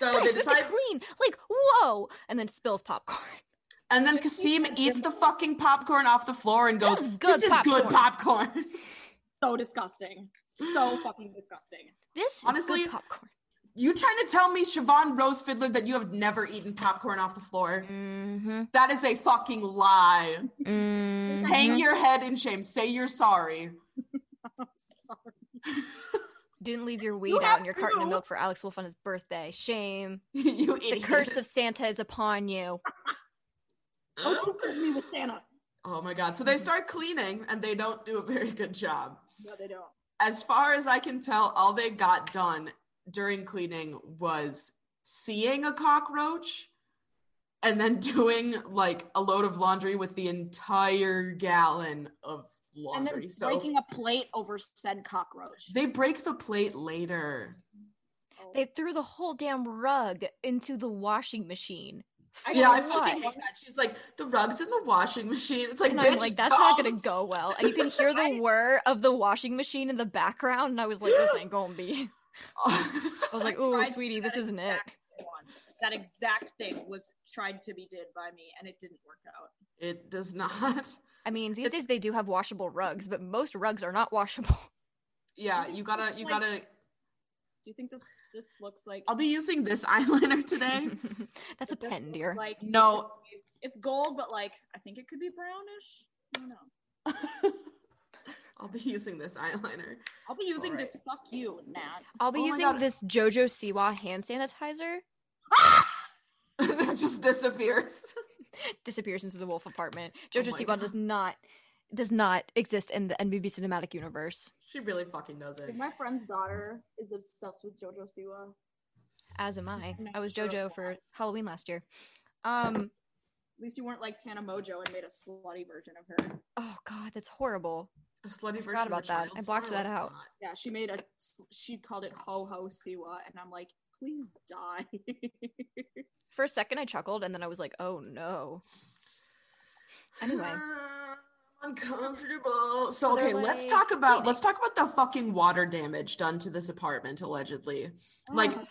[SPEAKER 2] Guys,
[SPEAKER 4] they
[SPEAKER 2] we have to
[SPEAKER 4] decide,
[SPEAKER 2] clean. Like, whoa! And then spills popcorn.
[SPEAKER 4] and then Kasim eats the fucking popcorn off the floor and goes,
[SPEAKER 2] is good
[SPEAKER 4] "This is good popcorn."
[SPEAKER 3] So disgusting. So fucking disgusting.
[SPEAKER 2] This is
[SPEAKER 4] Honestly,
[SPEAKER 2] good popcorn.
[SPEAKER 4] You trying to tell me, Siobhan Rose Fiddler, that you have never eaten popcorn off the floor?
[SPEAKER 5] Mm-hmm.
[SPEAKER 4] That is a fucking lie.
[SPEAKER 2] Mm-hmm.
[SPEAKER 5] hmm
[SPEAKER 4] Hang your head in shame. Say you're sorry.
[SPEAKER 3] I'm sorry.
[SPEAKER 2] Didn't leave your weed
[SPEAKER 3] You
[SPEAKER 2] out
[SPEAKER 3] have
[SPEAKER 2] and your carton of
[SPEAKER 3] to.
[SPEAKER 2] milk for Alex Wolf on his birthday. Shame.
[SPEAKER 4] you idiot.
[SPEAKER 2] The curse of Santa is upon you.
[SPEAKER 3] Don't you put me with Santa.
[SPEAKER 4] Oh my god. So they start cleaning and they don't do a very good job.
[SPEAKER 3] No, they don't.
[SPEAKER 4] As far as I can tell, all they got done during cleaning was seeing a cockroach and then doing like a load of laundry with the entire gallon of
[SPEAKER 3] And
[SPEAKER 4] laundry.
[SPEAKER 3] then
[SPEAKER 4] so
[SPEAKER 3] breaking a plate over said cockroach. Oh,
[SPEAKER 4] they break the plate later.
[SPEAKER 2] They threw the whole damn rug into the washing machine. For
[SPEAKER 4] yeah, I
[SPEAKER 2] what?
[SPEAKER 4] fucking hate that. She's like, the rug's in the washing machine. It's like,
[SPEAKER 2] And
[SPEAKER 4] bitch,
[SPEAKER 2] I'm like, that's not
[SPEAKER 4] no.
[SPEAKER 2] gonna go well. And you can hear the whir of the washing machine in the background, and I was like, this ain't gonna be. I was like, ooh,
[SPEAKER 3] tried
[SPEAKER 2] sweetie,
[SPEAKER 3] that
[SPEAKER 2] this isn't it.
[SPEAKER 3] exact one. That exact thing was tried to be did by me, and it didn't work out.
[SPEAKER 4] it does not.
[SPEAKER 2] I mean, these
[SPEAKER 4] It's-
[SPEAKER 2] days they do have washable rugs, but most rugs are not washable.
[SPEAKER 4] Yeah, you gotta, you
[SPEAKER 3] Like-
[SPEAKER 4] gotta.
[SPEAKER 3] Do you think this this looks like?
[SPEAKER 4] I'll be using this eyeliner today.
[SPEAKER 2] that's a
[SPEAKER 3] this
[SPEAKER 2] pen,
[SPEAKER 3] looks
[SPEAKER 2] dear.
[SPEAKER 3] Like
[SPEAKER 4] No.
[SPEAKER 3] it's gold, but like I think it could be brownish. I don't know.
[SPEAKER 4] I'll be using this eyeliner.
[SPEAKER 3] I'll be using
[SPEAKER 4] Alright.
[SPEAKER 3] this. Fuck you, Nat.
[SPEAKER 2] I'll be
[SPEAKER 4] Oh my
[SPEAKER 2] using
[SPEAKER 4] God.
[SPEAKER 2] this JoJo Siwa hand sanitizer.
[SPEAKER 4] it just disappears.
[SPEAKER 2] Disappears into the wolf apartment. JoJo
[SPEAKER 4] Oh my
[SPEAKER 2] Siwa
[SPEAKER 4] God.
[SPEAKER 2] does not does not exist in the NBB cinematic universe.
[SPEAKER 4] She really fucking does it.
[SPEAKER 3] My friend's daughter is obsessed with JoJo Siwa.
[SPEAKER 2] As am I.
[SPEAKER 3] No,
[SPEAKER 2] I was
[SPEAKER 3] you're a
[SPEAKER 2] JoJo for Halloween last year. Um.
[SPEAKER 3] At least you weren't like Tana Mojo and made a slutty version of her.
[SPEAKER 2] Oh God, that's horrible.
[SPEAKER 4] A slutty version
[SPEAKER 2] forgot
[SPEAKER 4] of a
[SPEAKER 2] about that.
[SPEAKER 4] child's
[SPEAKER 2] I blocked
[SPEAKER 4] smile,
[SPEAKER 2] that
[SPEAKER 4] it's
[SPEAKER 2] out.
[SPEAKER 4] not.
[SPEAKER 3] Yeah, she made a. She called it Ho Ho Siwa, and I'm like, please die.
[SPEAKER 2] For a second, I chuckled, and then I was like, "Oh no." Anyway,
[SPEAKER 4] uncomfortable. So
[SPEAKER 2] So they're,
[SPEAKER 4] okay, let's
[SPEAKER 2] like,
[SPEAKER 4] talk about
[SPEAKER 2] cleaning.
[SPEAKER 4] let's talk about the fucking water damage done to this apartment allegedly. Like
[SPEAKER 3] Ah,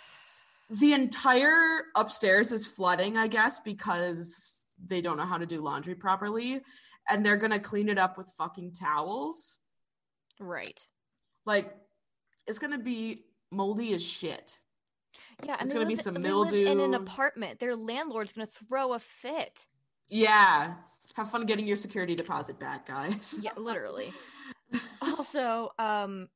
[SPEAKER 4] the entire upstairs is flooding, I guess, because they don't know how to do laundry properly and they're going to clean it up with fucking towels.
[SPEAKER 2] right?
[SPEAKER 4] Like it's going to be moldy as shit.
[SPEAKER 2] Yeah, and
[SPEAKER 4] It's
[SPEAKER 2] they
[SPEAKER 4] gonna be
[SPEAKER 2] live-
[SPEAKER 4] some
[SPEAKER 2] they live in an
[SPEAKER 4] mildew.
[SPEAKER 2] apartment. Their landlord's gonna throw a fit.
[SPEAKER 4] Yeah. Have fun getting your security deposit back, guys.
[SPEAKER 2] Yeah, literally. also, um,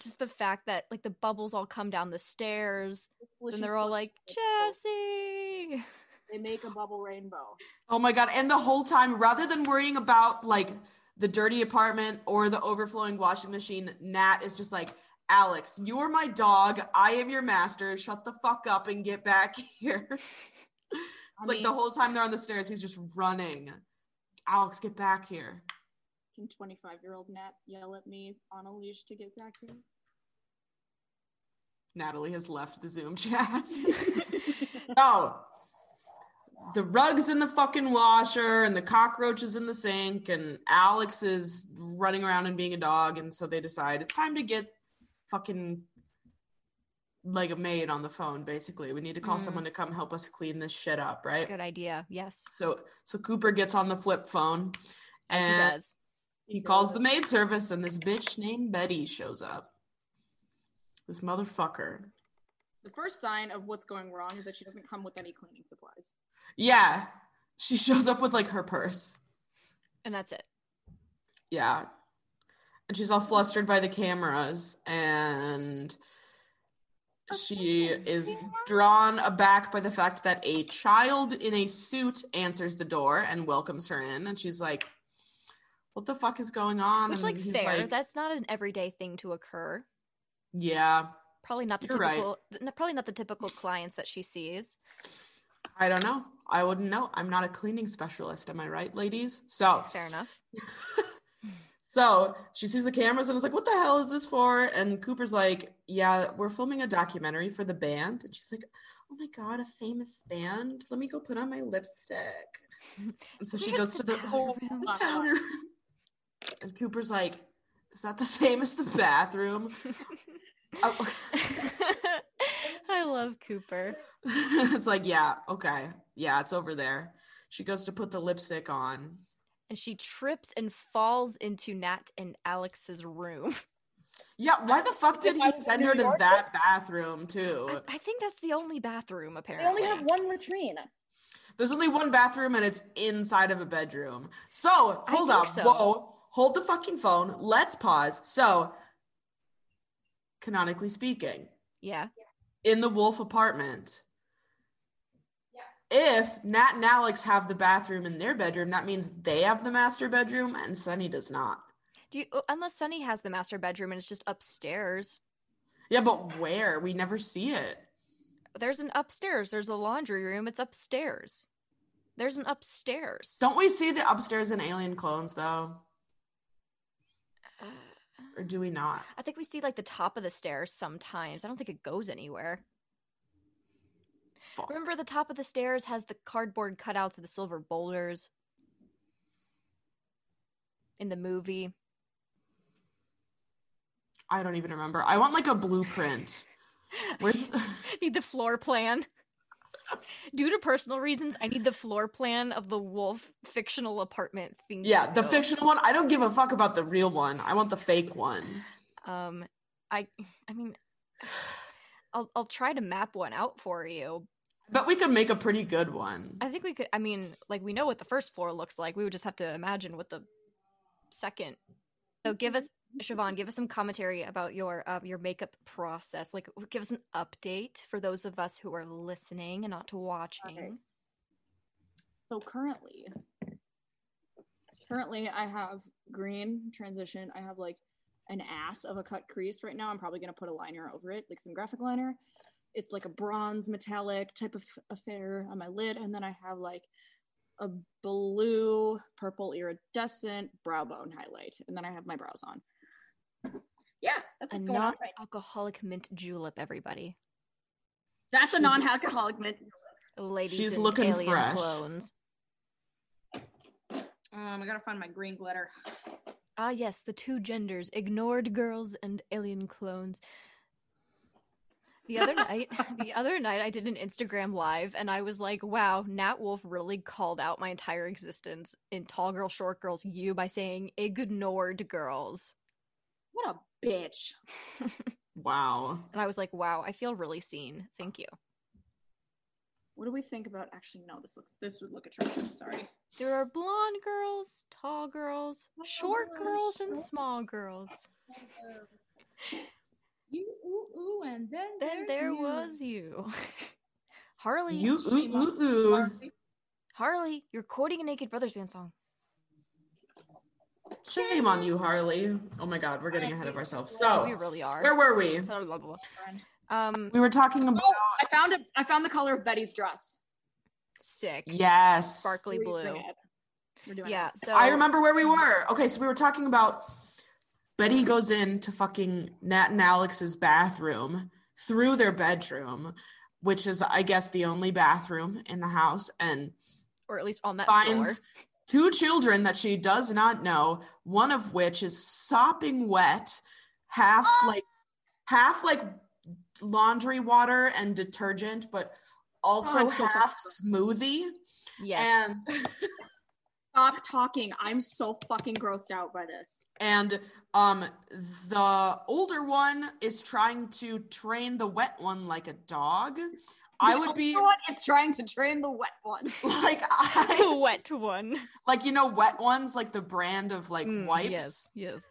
[SPEAKER 2] just the fact that like the bubbles all come down the stairs, and they're all like, "Jesse."
[SPEAKER 3] They make a bubble rainbow.
[SPEAKER 4] Oh my god! And the whole time, rather than worrying about like the dirty apartment or the overflowing washing machine, Nat is just like, "Alex, you are my dog. I am your master. Shut the fuck up and get back here." it's
[SPEAKER 3] I
[SPEAKER 4] like the
[SPEAKER 3] mean-
[SPEAKER 4] whole time they're on the stairs, he's just running. Alex, get back here.
[SPEAKER 3] Can 25 year old Nat yell at me on a leash to get back here?
[SPEAKER 4] Natalie has left the Zoom chat. oh, the rug's in the fucking washer and the cockroaches in the sink, and Alex is running around and being a dog. And so they decide it's time to get fucking like a maid on the phone, basically. We need to call
[SPEAKER 2] Mm.
[SPEAKER 4] someone to come help us clean this shit up, right?
[SPEAKER 2] Good idea. Yes,
[SPEAKER 4] So, so Cooper gets on the flip phone
[SPEAKER 2] as he
[SPEAKER 4] and
[SPEAKER 2] does.
[SPEAKER 4] he calls the maid service, and this bitch named Betty shows up. This motherfucker.
[SPEAKER 3] The first sign of what's going wrong is that she doesn't come with any cleaning supplies.
[SPEAKER 4] Yeah. She shows up with like her purse.
[SPEAKER 2] And that's it.
[SPEAKER 4] Yeah. And she's all flustered by the cameras and she is drawn aback by the fact that a child in a suit answers the door and welcomes her in and she's like what the fuck is going on?
[SPEAKER 2] Which,
[SPEAKER 4] And
[SPEAKER 2] like,
[SPEAKER 4] he's
[SPEAKER 2] fair.
[SPEAKER 4] like,
[SPEAKER 2] That's not an everyday thing to occur.
[SPEAKER 4] yeah,
[SPEAKER 2] Probably not the
[SPEAKER 4] You're right.
[SPEAKER 2] typical. th- n- Probably not the typical clients that she sees.
[SPEAKER 4] I don't know. I wouldn't know. I'm not a cleaning specialist, am I right, ladies? So
[SPEAKER 2] Fair enough.
[SPEAKER 4] So she sees the cameras and is like, "What the hell is this for?" And Cooper's like, "Yeah, we're filming a documentary for the band." And she's like, "Oh my god, a famous band! Let me go put on my lipstick." And so she
[SPEAKER 2] Where's
[SPEAKER 4] goes to the
[SPEAKER 2] powder room?
[SPEAKER 4] the powder room. and Cooper's like, "Is that the same as the bathroom?" Oh,
[SPEAKER 2] I love Cooper.
[SPEAKER 4] it's like, "Yeah, okay, yeah, it's over there." She goes to put the lipstick on.
[SPEAKER 2] And she trips and falls into Nat and Alex's room.
[SPEAKER 4] Yeah, why the fuck did
[SPEAKER 3] If I
[SPEAKER 4] he
[SPEAKER 3] was in
[SPEAKER 4] send
[SPEAKER 3] New
[SPEAKER 4] her to
[SPEAKER 3] York-
[SPEAKER 4] that bathroom too?
[SPEAKER 2] I, I think that's the only bathroom
[SPEAKER 3] They
[SPEAKER 2] apparently.
[SPEAKER 3] only have one latrine.
[SPEAKER 4] There's only one bathroom and it's inside of a bedroom. So hold
[SPEAKER 2] think
[SPEAKER 4] up.
[SPEAKER 2] so.
[SPEAKER 4] Whoa. Hold the fucking phone. Let's pause. So, canonically speaking,
[SPEAKER 2] yeah.
[SPEAKER 4] in the Wolf apartment, if Nat and Alex have the bathroom in their bedroom, that means they have the master bedroom and Sunny does not.
[SPEAKER 2] Do you, oh, unless Sunny has the master bedroom and it's just upstairs.
[SPEAKER 4] Yeah, but where? We never see it.
[SPEAKER 2] There's an upstairs. There's a laundry room. It's upstairs. There's an upstairs.
[SPEAKER 4] Don't we see the upstairs in Alien Clones though?
[SPEAKER 2] Uh,
[SPEAKER 4] Or do we not?
[SPEAKER 2] I think we see like the top of the stairs sometimes. I don't think it goes anywhere.
[SPEAKER 4] Fuck.
[SPEAKER 2] Remember, the top of the stairs has the cardboard cutouts of the silver boulders in the movie.
[SPEAKER 4] I don't even remember. I want like a blueprint. Where's the-
[SPEAKER 2] need the floor plan. Due to personal reasons, I need the floor plan of the wolf fictional apartment thing.
[SPEAKER 4] Yeah, the fictional one. I don't give a fuck about the real one. I want the fake one.
[SPEAKER 2] Um, I, I mean, I'll I'll try to map one out for you.
[SPEAKER 4] But we could make a pretty good one.
[SPEAKER 2] I think we could. I mean, like we know what the first floor looks like. We would just have to imagine what the second. So give us, Siobhan, give us some commentary about your uh, your makeup process. Like, give us an update for those of us who are listening and not to watching.
[SPEAKER 3] So currently, currently I have green transition. I have like an ass of a cut crease right now. I'm probably gonna put a liner over it, like some graphic liner. It's like a bronze metallic type of affair on my lid, and then I have like a blue purple iridescent brow bone highlight, and then I have my brows on. Yeah, that's
[SPEAKER 2] A
[SPEAKER 3] what's going on.
[SPEAKER 2] non
[SPEAKER 3] Right.
[SPEAKER 2] alcoholic mint julep, everybody.
[SPEAKER 3] That's a
[SPEAKER 4] She's-
[SPEAKER 3] non-alcoholic mint.
[SPEAKER 2] Ladies
[SPEAKER 4] She's
[SPEAKER 2] and
[SPEAKER 4] looking
[SPEAKER 2] alien
[SPEAKER 4] fresh.
[SPEAKER 2] clones.
[SPEAKER 3] Um, I gotta find my green glitter.
[SPEAKER 2] Ah, yes, the two genders, ignored girls and alien clones. The other night, the other night I did an Instagram live and I was like, wow, Nat Wolf really called out my entire existence in Tall Girl, Short Girls, You by saying ignored girls.
[SPEAKER 3] What a bitch.
[SPEAKER 4] Wow.
[SPEAKER 2] And I was like, wow, I feel really seen. Thank you.
[SPEAKER 3] What do we think about? Actually, no. This looks. This would look atrocious. Sorry.
[SPEAKER 2] There are blonde girls, tall girls, short girls, and small girls.
[SPEAKER 3] You ooh ooh, and then
[SPEAKER 2] Then there was you. Harley.
[SPEAKER 4] You ooh ooh ooh.
[SPEAKER 2] Harley, you're quoting a Naked Brothers band song.
[SPEAKER 4] Shame on you, Harley. Oh my god, we're getting ahead of ourselves.
[SPEAKER 2] we
[SPEAKER 4] So
[SPEAKER 2] really are.
[SPEAKER 4] Oh, where were we?
[SPEAKER 2] Blah, blah, blah, blah. Um,
[SPEAKER 4] We were talking about
[SPEAKER 3] Oh, I found a. I found the color of Betty's dress.
[SPEAKER 2] sick.
[SPEAKER 4] yes.
[SPEAKER 2] Sparkly
[SPEAKER 3] We're doing
[SPEAKER 2] blue.
[SPEAKER 3] it. We're doing
[SPEAKER 2] Yeah.
[SPEAKER 3] it.
[SPEAKER 2] So
[SPEAKER 4] I remember where we were. Okay, so we were talking about Betty goes into fucking Nat and Alex's bathroom through their bedroom, which is, I guess, the only bathroom in the house, and
[SPEAKER 2] or at least on that floor.
[SPEAKER 4] finds two children that she does not know, one of which is sopping wet, half like half like laundry water and detergent, but also
[SPEAKER 3] I'm so
[SPEAKER 4] half smoothie.
[SPEAKER 2] Oh, Yes.
[SPEAKER 4] And
[SPEAKER 3] Stop talking. I'm so fucking grossed out by this.
[SPEAKER 4] and um the older one is trying to train the wet one like a dog i would be
[SPEAKER 3] You know what? It's trying to drain the wet one.
[SPEAKER 4] like i
[SPEAKER 2] the wet one.
[SPEAKER 4] like you know wet ones like the brand of like
[SPEAKER 2] Mm,
[SPEAKER 4] wipes
[SPEAKER 2] Yes. Yes.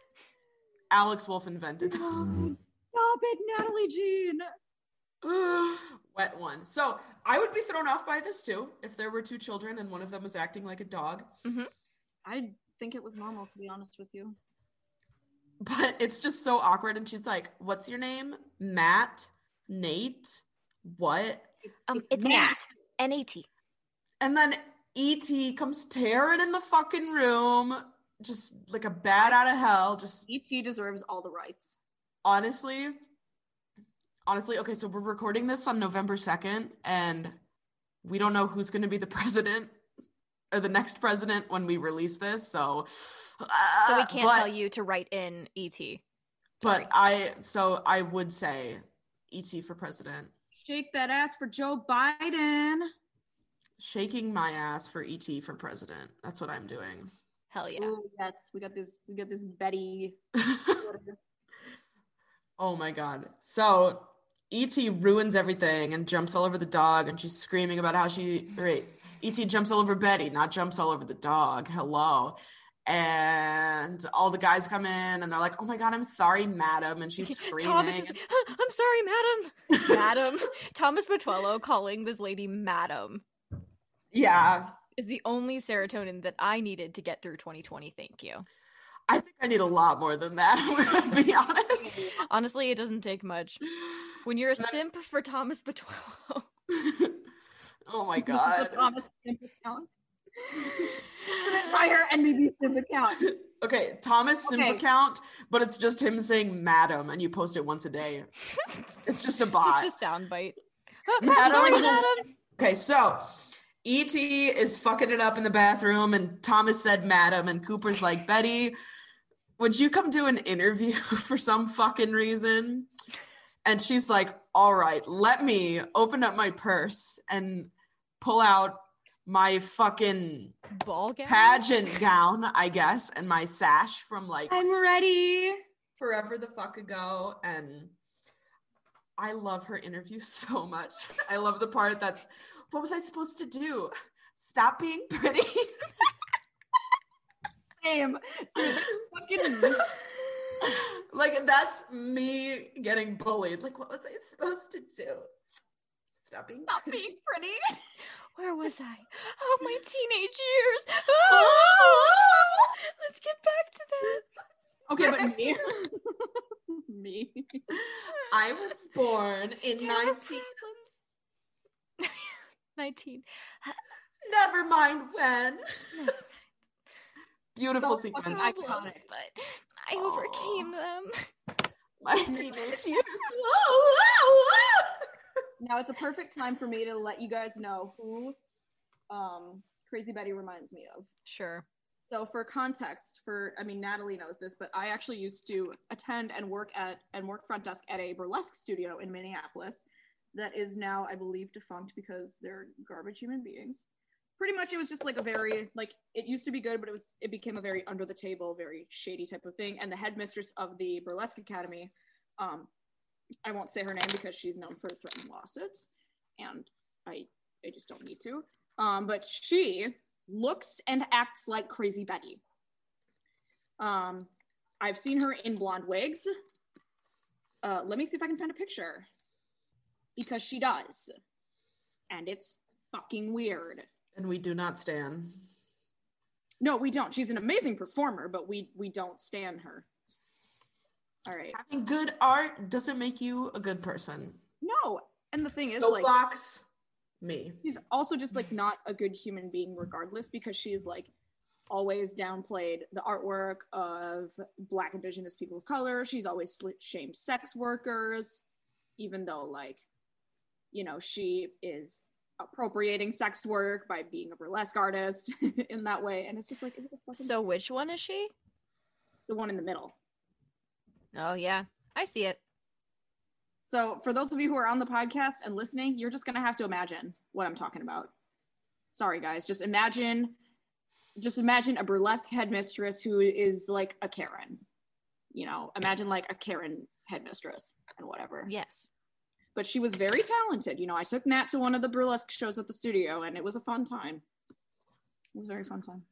[SPEAKER 4] alex wolf invented those
[SPEAKER 3] Stop it, Natalie Jean.
[SPEAKER 4] wet one so i would be thrown off by this too if there were two children and one of them was acting like a dog
[SPEAKER 3] I think it was normal, to be honest with you.
[SPEAKER 4] but it's just so awkward and she's like what's your name matt nate what
[SPEAKER 2] Um,
[SPEAKER 3] It's
[SPEAKER 2] it's,
[SPEAKER 3] Nat.
[SPEAKER 2] Nat. N A T.
[SPEAKER 4] And then E.T. comes tearing in the fucking room, just like a bat out of hell. Just
[SPEAKER 3] ET deserves all the rights.
[SPEAKER 4] honestly, honestly, okay, so we're recording this on November 2nd, and we don't know who's going to be the president or the next president when we release this. So,
[SPEAKER 2] So we
[SPEAKER 4] uh,
[SPEAKER 2] can't
[SPEAKER 4] but,
[SPEAKER 2] tell you to write in E T.
[SPEAKER 4] But I, so I would say E.T. for president.
[SPEAKER 3] Shake that ass for Joe Biden.
[SPEAKER 4] Shaking my ass for E.T. for president. That's what I'm doing.
[SPEAKER 3] Oh,
[SPEAKER 2] Hell yeah.
[SPEAKER 3] Ooh, yes, we got this. We got this Betty.
[SPEAKER 4] Oh my god. So E.T. ruins everything and jumps all over the dog and she's screaming about how she right. E.T. jumps all over Betty, not jumps all over the dog. Hello. And all the guys come in and they're like, Oh my god, I'm sorry, madam. And she's screaming.
[SPEAKER 2] Thomas is, "Huh, I'm sorry, madam. Madam. Thomas Matuello calling this lady madam
[SPEAKER 4] yeah.
[SPEAKER 2] is the only serotonin that I needed to get through 2020. Thank you.
[SPEAKER 4] I think I need a lot more than that, I'm gonna be honest.
[SPEAKER 2] Honestly, it doesn't take much. When you're a simp for Thomas Matuello.
[SPEAKER 4] oh my god.
[SPEAKER 3] Thomas Simp account. Buy her NBD Simp account.
[SPEAKER 4] Okay, Thomas simp
[SPEAKER 3] Okay.
[SPEAKER 4] account, but it's just him saying madam and you post it once a day. It's just a bot.
[SPEAKER 2] Just the soundbite. Huh,
[SPEAKER 4] Madam.
[SPEAKER 2] Sorry, madam.
[SPEAKER 4] Okay, so E.T. is fucking it up in the bathroom, and Thomas said, Madam, and Cooper's like, Betty, would you come do an interview for some fucking reason? And she's like, All right, let me open up my purse and pull out my fucking
[SPEAKER 2] Ball gown.
[SPEAKER 4] pageant gown, I guess, and my sash from like
[SPEAKER 3] I'm ready.
[SPEAKER 4] forever the fuck ago and i love her interview so much i love the part that's what was i supposed to do stop being pretty
[SPEAKER 3] Same. Dude, fucking
[SPEAKER 4] like that's me getting bullied like what was i supposed to do stop being
[SPEAKER 3] not
[SPEAKER 4] pretty
[SPEAKER 3] being pretty.
[SPEAKER 2] Where was I? Oh, my teenage years.
[SPEAKER 4] Oh!
[SPEAKER 2] Let's get back to that.
[SPEAKER 3] Okay, but me. me.
[SPEAKER 4] i was born in
[SPEAKER 2] There are
[SPEAKER 4] 19
[SPEAKER 2] problems. 19.
[SPEAKER 4] never mind when beautiful
[SPEAKER 3] So fucking
[SPEAKER 4] sequence
[SPEAKER 3] Iconic.
[SPEAKER 2] Problems, but I overcame them.
[SPEAKER 4] my teenage years Whoa, whoa, whoa!
[SPEAKER 3] Now it's a perfect time for me to let you guys know who um, Crazy Betty reminds me of.
[SPEAKER 2] Sure.
[SPEAKER 3] So for context, for I mean Natalie knows this, but I actually used to attend and work at and work front desk at a burlesque studio in Minneapolis that is now, I believe, defunct because they're garbage human beings. Pretty much it was just like a very like it used to be good, but it was it became a very under the table, very shady type of thing. And the headmistress of the burlesque academy, um, I won't say her name because she's known for threatening lawsuits, and I I just don't need to. Um, but she looks and acts like Crazy Betty. Um, I've seen her in blonde wigs. Uh, let me see if I can find a picture because she does, and it's fucking weird.
[SPEAKER 4] and we do not stand
[SPEAKER 3] No, we don't. She's an amazing performer, but we we don't stand her. All right.
[SPEAKER 4] having good art doesn't make you a good person.
[SPEAKER 3] No, and the thing is,
[SPEAKER 4] Go
[SPEAKER 3] like,
[SPEAKER 4] box me.
[SPEAKER 3] she's also just like not a good human being regardless because she's like always downplayed the artwork of black indigenous people of color she's always sl- shamed sex workers even though like you know she is appropriating sex work by being a burlesque artist in that way and it's just like it was a fucking-
[SPEAKER 2] So, which one is she?
[SPEAKER 3] the one in the middle
[SPEAKER 2] Oh, yeah. I see it.
[SPEAKER 3] so for those of you who are on the podcast and listening you're just going to have to imagine what i'm talking about sorry guys just imagine just imagine a burlesque headmistress who is like a karen you know imagine like a karen headmistress and whatever
[SPEAKER 2] Yes.
[SPEAKER 3] but she was very talented you know i took nat to one of the burlesque shows at the studio and it was a fun time it was a very fun time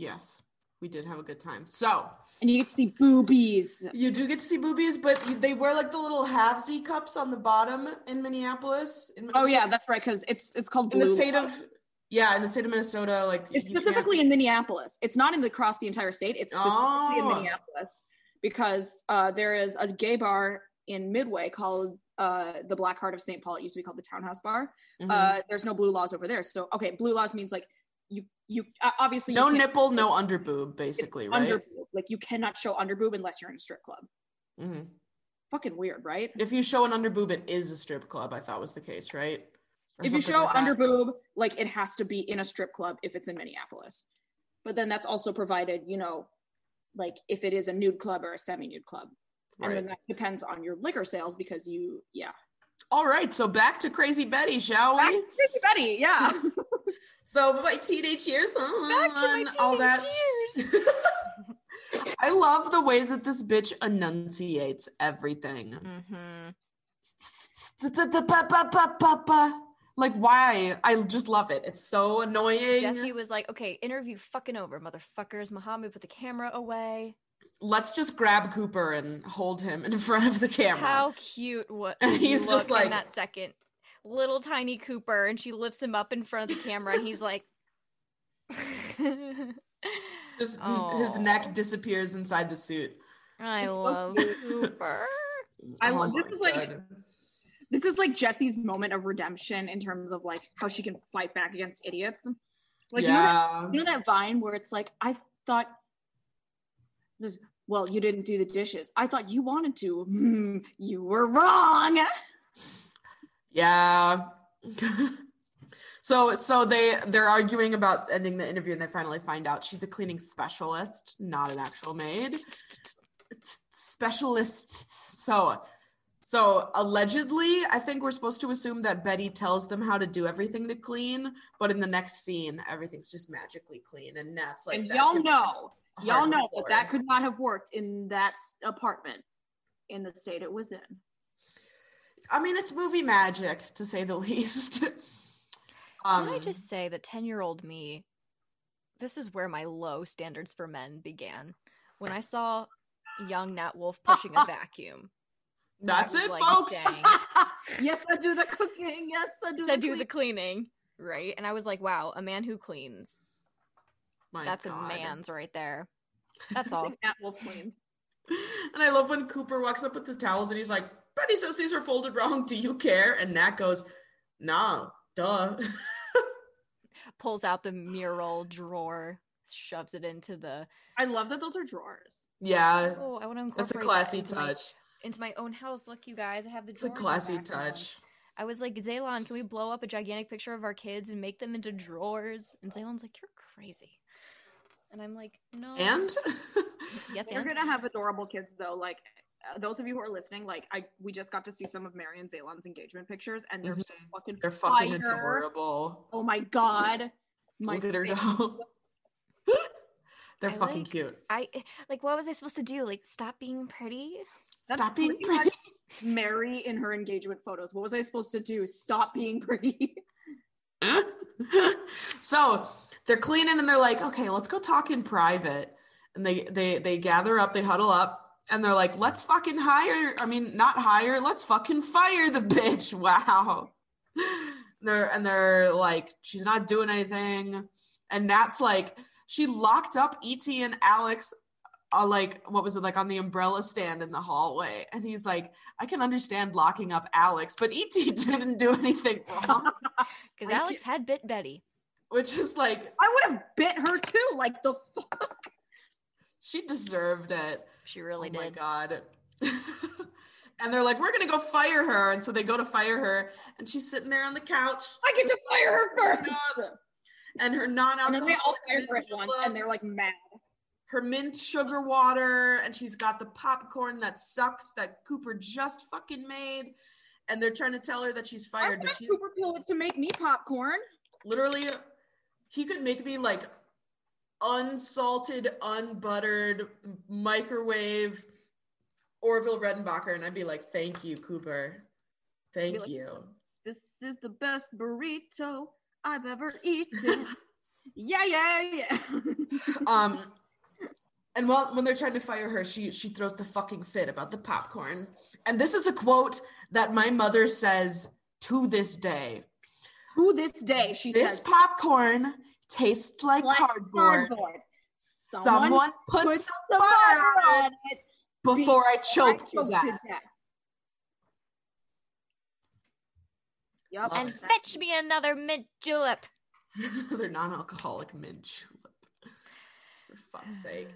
[SPEAKER 4] Yes, we did have a good time. So
[SPEAKER 3] and you get to see boobies
[SPEAKER 4] you do get to see boobies, but you- they wear like the little halvesy cups on the bottom in Minneapolis. In,
[SPEAKER 3] oh yeah that's right because it's it's called
[SPEAKER 4] in the
[SPEAKER 3] Blue
[SPEAKER 4] state of yeah, in the state of Minnesota, like
[SPEAKER 3] It's
[SPEAKER 4] you can't-
[SPEAKER 3] specifically in Minneapolis. It's not in the, across the entire state. It's specifically in
[SPEAKER 4] Oh.
[SPEAKER 3] Minneapolis because uh, there is a gay bar in Midway called uh, the Black Heart of St. Paul. It used to be called the Townhouse Bar.
[SPEAKER 4] Mhm.
[SPEAKER 3] Uh, there's no blue laws over there. So okay, blue laws means like you you uh, obviously
[SPEAKER 4] no
[SPEAKER 3] you can't-
[SPEAKER 4] nipple, no underboob, basically, right?
[SPEAKER 3] underboob. Like you cannot show underboob unless you're in a strip club.
[SPEAKER 4] Mhm.
[SPEAKER 3] Fucking weird, right?
[SPEAKER 4] If you show an underboob, it is a strip club. I thought was the case, right? Or
[SPEAKER 3] if
[SPEAKER 4] something
[SPEAKER 3] you show
[SPEAKER 4] like that.
[SPEAKER 3] underboob, like it has to be in a strip club if it's in Minneapolis. But then that's also provided, you know, like if it is a nude club or a semi-nude club. And
[SPEAKER 4] Right.
[SPEAKER 3] then that depends on your liquor sales because you, yeah.
[SPEAKER 4] All right, so back to Crazy Betty, shall we?
[SPEAKER 3] Crazy Betty, yeah.
[SPEAKER 4] So my teenage years,
[SPEAKER 2] Back to my
[SPEAKER 4] all
[SPEAKER 2] teenage
[SPEAKER 4] that.
[SPEAKER 2] years.
[SPEAKER 4] I love the way that this bitch enunciates everything.
[SPEAKER 2] Mm-hmm.
[SPEAKER 4] Like why? I just love it. It's so annoying.
[SPEAKER 2] Jesse was like, okay, interview fucking over, motherfuckers. Muhammad put the camera away.
[SPEAKER 4] Let's just grab Cooper and hold him in front of the camera.
[SPEAKER 2] How cute what
[SPEAKER 4] And he's
[SPEAKER 2] he looked
[SPEAKER 4] just like-
[SPEAKER 2] in that second. Little tiny Cooper, and she lifts him up in front of the camera, and he's like,
[SPEAKER 4] Just his
[SPEAKER 2] Aw.
[SPEAKER 4] neck disappears inside the suit.
[SPEAKER 2] I
[SPEAKER 3] It's so
[SPEAKER 2] love
[SPEAKER 3] cute.
[SPEAKER 2] Cooper.
[SPEAKER 3] I
[SPEAKER 4] Oh
[SPEAKER 3] love-
[SPEAKER 4] my
[SPEAKER 3] this is like-
[SPEAKER 4] God.
[SPEAKER 3] This is like Jesse's moment of redemption in terms of like how she can fight back against idiots. Like you know that-
[SPEAKER 4] yeah.
[SPEAKER 3] you know that vine where it's like I thought this well you didn't do the dishes. I thought you wanted to. Hmm, you were wrong.
[SPEAKER 4] Yeah. so so they they're arguing about ending the interview and they finally find out she's a cleaning specialist, not an actual maid. It's specialist. So so allegedly, I think we're supposed to assume that Betty tells them how to do everything to clean, but in the next scene, everything's just magically clean and Nat's like
[SPEAKER 3] and
[SPEAKER 4] that
[SPEAKER 3] y'all
[SPEAKER 4] can-
[SPEAKER 3] know,
[SPEAKER 4] hard
[SPEAKER 3] y'all
[SPEAKER 4] on the
[SPEAKER 3] know that
[SPEAKER 4] floor.
[SPEAKER 3] that could not have worked in that s- apartment in the state it was in.
[SPEAKER 4] I mean, it's movie magic to say the least. Um,
[SPEAKER 2] Can I just say that 10 year old me, this is where my low standards for men began. When I saw young Nat Wolf pushing a vacuum,
[SPEAKER 4] that's
[SPEAKER 2] I was
[SPEAKER 4] it,
[SPEAKER 2] like,
[SPEAKER 4] folks.
[SPEAKER 2] dang.
[SPEAKER 3] yes, I do the cooking. Yes, I do.
[SPEAKER 2] I do
[SPEAKER 3] clean-
[SPEAKER 2] the cleaning, right? And I was like, wow, a man who cleans.
[SPEAKER 4] My
[SPEAKER 2] That's a
[SPEAKER 4] God.
[SPEAKER 2] man's right there. That's all.
[SPEAKER 3] That will clean.
[SPEAKER 4] And I love when Cooper walks up with the towels and he's like, Betty says these are folded wrong. Do you care? And Nat goes, nah, duh.
[SPEAKER 2] Pulls out the mural drawer, shoves it into the.
[SPEAKER 3] I love that those are drawers.
[SPEAKER 4] Yeah,
[SPEAKER 2] Oh, I want to incorporate.
[SPEAKER 4] that's a
[SPEAKER 2] that
[SPEAKER 4] classy
[SPEAKER 2] into my-
[SPEAKER 4] touch.
[SPEAKER 2] into my own house. Look, you guys, I have the.
[SPEAKER 4] It's a
[SPEAKER 2] drawers in the
[SPEAKER 4] classy
[SPEAKER 2] background.
[SPEAKER 4] touch.
[SPEAKER 2] I was like, Zaylon, can we blow up a gigantic picture of our kids and make them into drawers? And Zaylon's like, you're crazy. And I'm like, no.
[SPEAKER 4] And
[SPEAKER 2] yes,
[SPEAKER 3] You're
[SPEAKER 2] and
[SPEAKER 3] gonna have adorable kids though. Like uh, those of you who are listening, like I, we just got to see some of Mary and Zaylon's engagement pictures, and
[SPEAKER 4] Mm-hmm.
[SPEAKER 3] they're so fucking.
[SPEAKER 4] they're fucking
[SPEAKER 3] fire.
[SPEAKER 4] adorable.
[SPEAKER 3] Oh my god. My
[SPEAKER 4] Look at her
[SPEAKER 3] face.
[SPEAKER 4] go. They're
[SPEAKER 2] I
[SPEAKER 4] fucking
[SPEAKER 2] like-
[SPEAKER 4] cute.
[SPEAKER 2] I like, what was I supposed to do? Like, stop being pretty?
[SPEAKER 3] That's
[SPEAKER 4] Stop being
[SPEAKER 3] pretty
[SPEAKER 4] pretty.
[SPEAKER 3] much Mary in her engagement photos. What was I supposed to do? Stop being pretty.
[SPEAKER 4] so they're cleaning and they're like, okay, let's go talk in private. And they they they gather up, they huddle up, and they're like, let's fucking hire. I mean, not hire. Let's fucking fire the bitch. Wow. They're and they're like, she's not doing anything. And Nat's like, she locked up Et and Alex. Uh, like what was it like on the umbrella stand in the hallway and he's like i can understand locking up alex but et didn't do anything wrong
[SPEAKER 2] Because
[SPEAKER 3] I did-
[SPEAKER 2] Alex had bit Betty.
[SPEAKER 4] which is like
[SPEAKER 3] I would have bit her too. Like the fuck.
[SPEAKER 4] she deserved it.
[SPEAKER 2] She really
[SPEAKER 4] oh my
[SPEAKER 2] did.
[SPEAKER 4] god. and they're like, we're gonna go fire her, and so they go to fire her, and she's sitting there on the couch,
[SPEAKER 3] I can just fire her first.
[SPEAKER 4] and her non-alcoholic,
[SPEAKER 3] And then they all fire her at
[SPEAKER 4] Angela.
[SPEAKER 3] once, and they're like mad.
[SPEAKER 4] her mint sugar water, and she's got the popcorn that sucks that Cooper just fucking made. And they're trying to tell her that she's
[SPEAKER 3] I
[SPEAKER 4] fired, but
[SPEAKER 3] asked
[SPEAKER 4] she's
[SPEAKER 3] Cooper Pruitt to make me popcorn.
[SPEAKER 4] literally he could make me like unsalted unbuttered microwave orville redenbacher and i'd be like thank you cooper thank
[SPEAKER 3] like-
[SPEAKER 4] you
[SPEAKER 3] This is the best burrito I've ever eaten. yeah, yeah, yeah.
[SPEAKER 4] um and while when they're trying to fire her she she throws the fucking fit about the popcorn and this is a quote that my mother says to this day
[SPEAKER 3] Who this day? She
[SPEAKER 4] this
[SPEAKER 3] says
[SPEAKER 4] popcorn tastes like,
[SPEAKER 3] "Like
[SPEAKER 4] cardboard,
[SPEAKER 3] cardboard.
[SPEAKER 4] someone, put
[SPEAKER 3] put
[SPEAKER 4] some
[SPEAKER 3] the
[SPEAKER 4] butter on it
[SPEAKER 3] it.
[SPEAKER 4] before I
[SPEAKER 3] I
[SPEAKER 4] choked to
[SPEAKER 3] choked
[SPEAKER 4] death.
[SPEAKER 3] to death. Yup.
[SPEAKER 4] Love
[SPEAKER 5] And fetch me another mint julep.
[SPEAKER 4] They're non-alcoholic mint julep. For fuck's sake.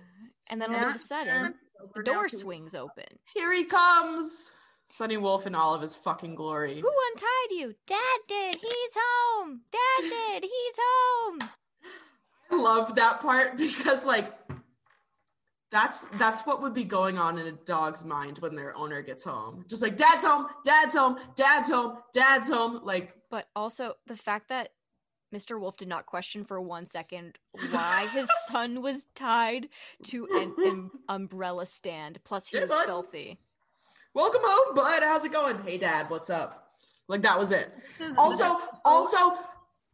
[SPEAKER 2] And then all of
[SPEAKER 3] Yeah.
[SPEAKER 2] a sudden, the door swings open.
[SPEAKER 4] Here he comes. Sonny Wolf in all of his fucking glory.
[SPEAKER 2] Who untied you?
[SPEAKER 5] Dad did. He's home. Dad did. He's home.
[SPEAKER 4] I love that part because like that's that's what would be going on in a dog's mind when their owner gets home. Just like dad's home, dad's home, dad's home, dad's home. Like
[SPEAKER 2] But also the fact that Mr. Wolf did not question for one second why his son was tied to an, an umbrella stand. Plus, he
[SPEAKER 4] Yeah,
[SPEAKER 2] was
[SPEAKER 4] bud.
[SPEAKER 2] filthy.
[SPEAKER 4] Welcome home, bud. How's it going? Hey, dad, what's up? Like that was it.
[SPEAKER 3] is-
[SPEAKER 4] Also, also,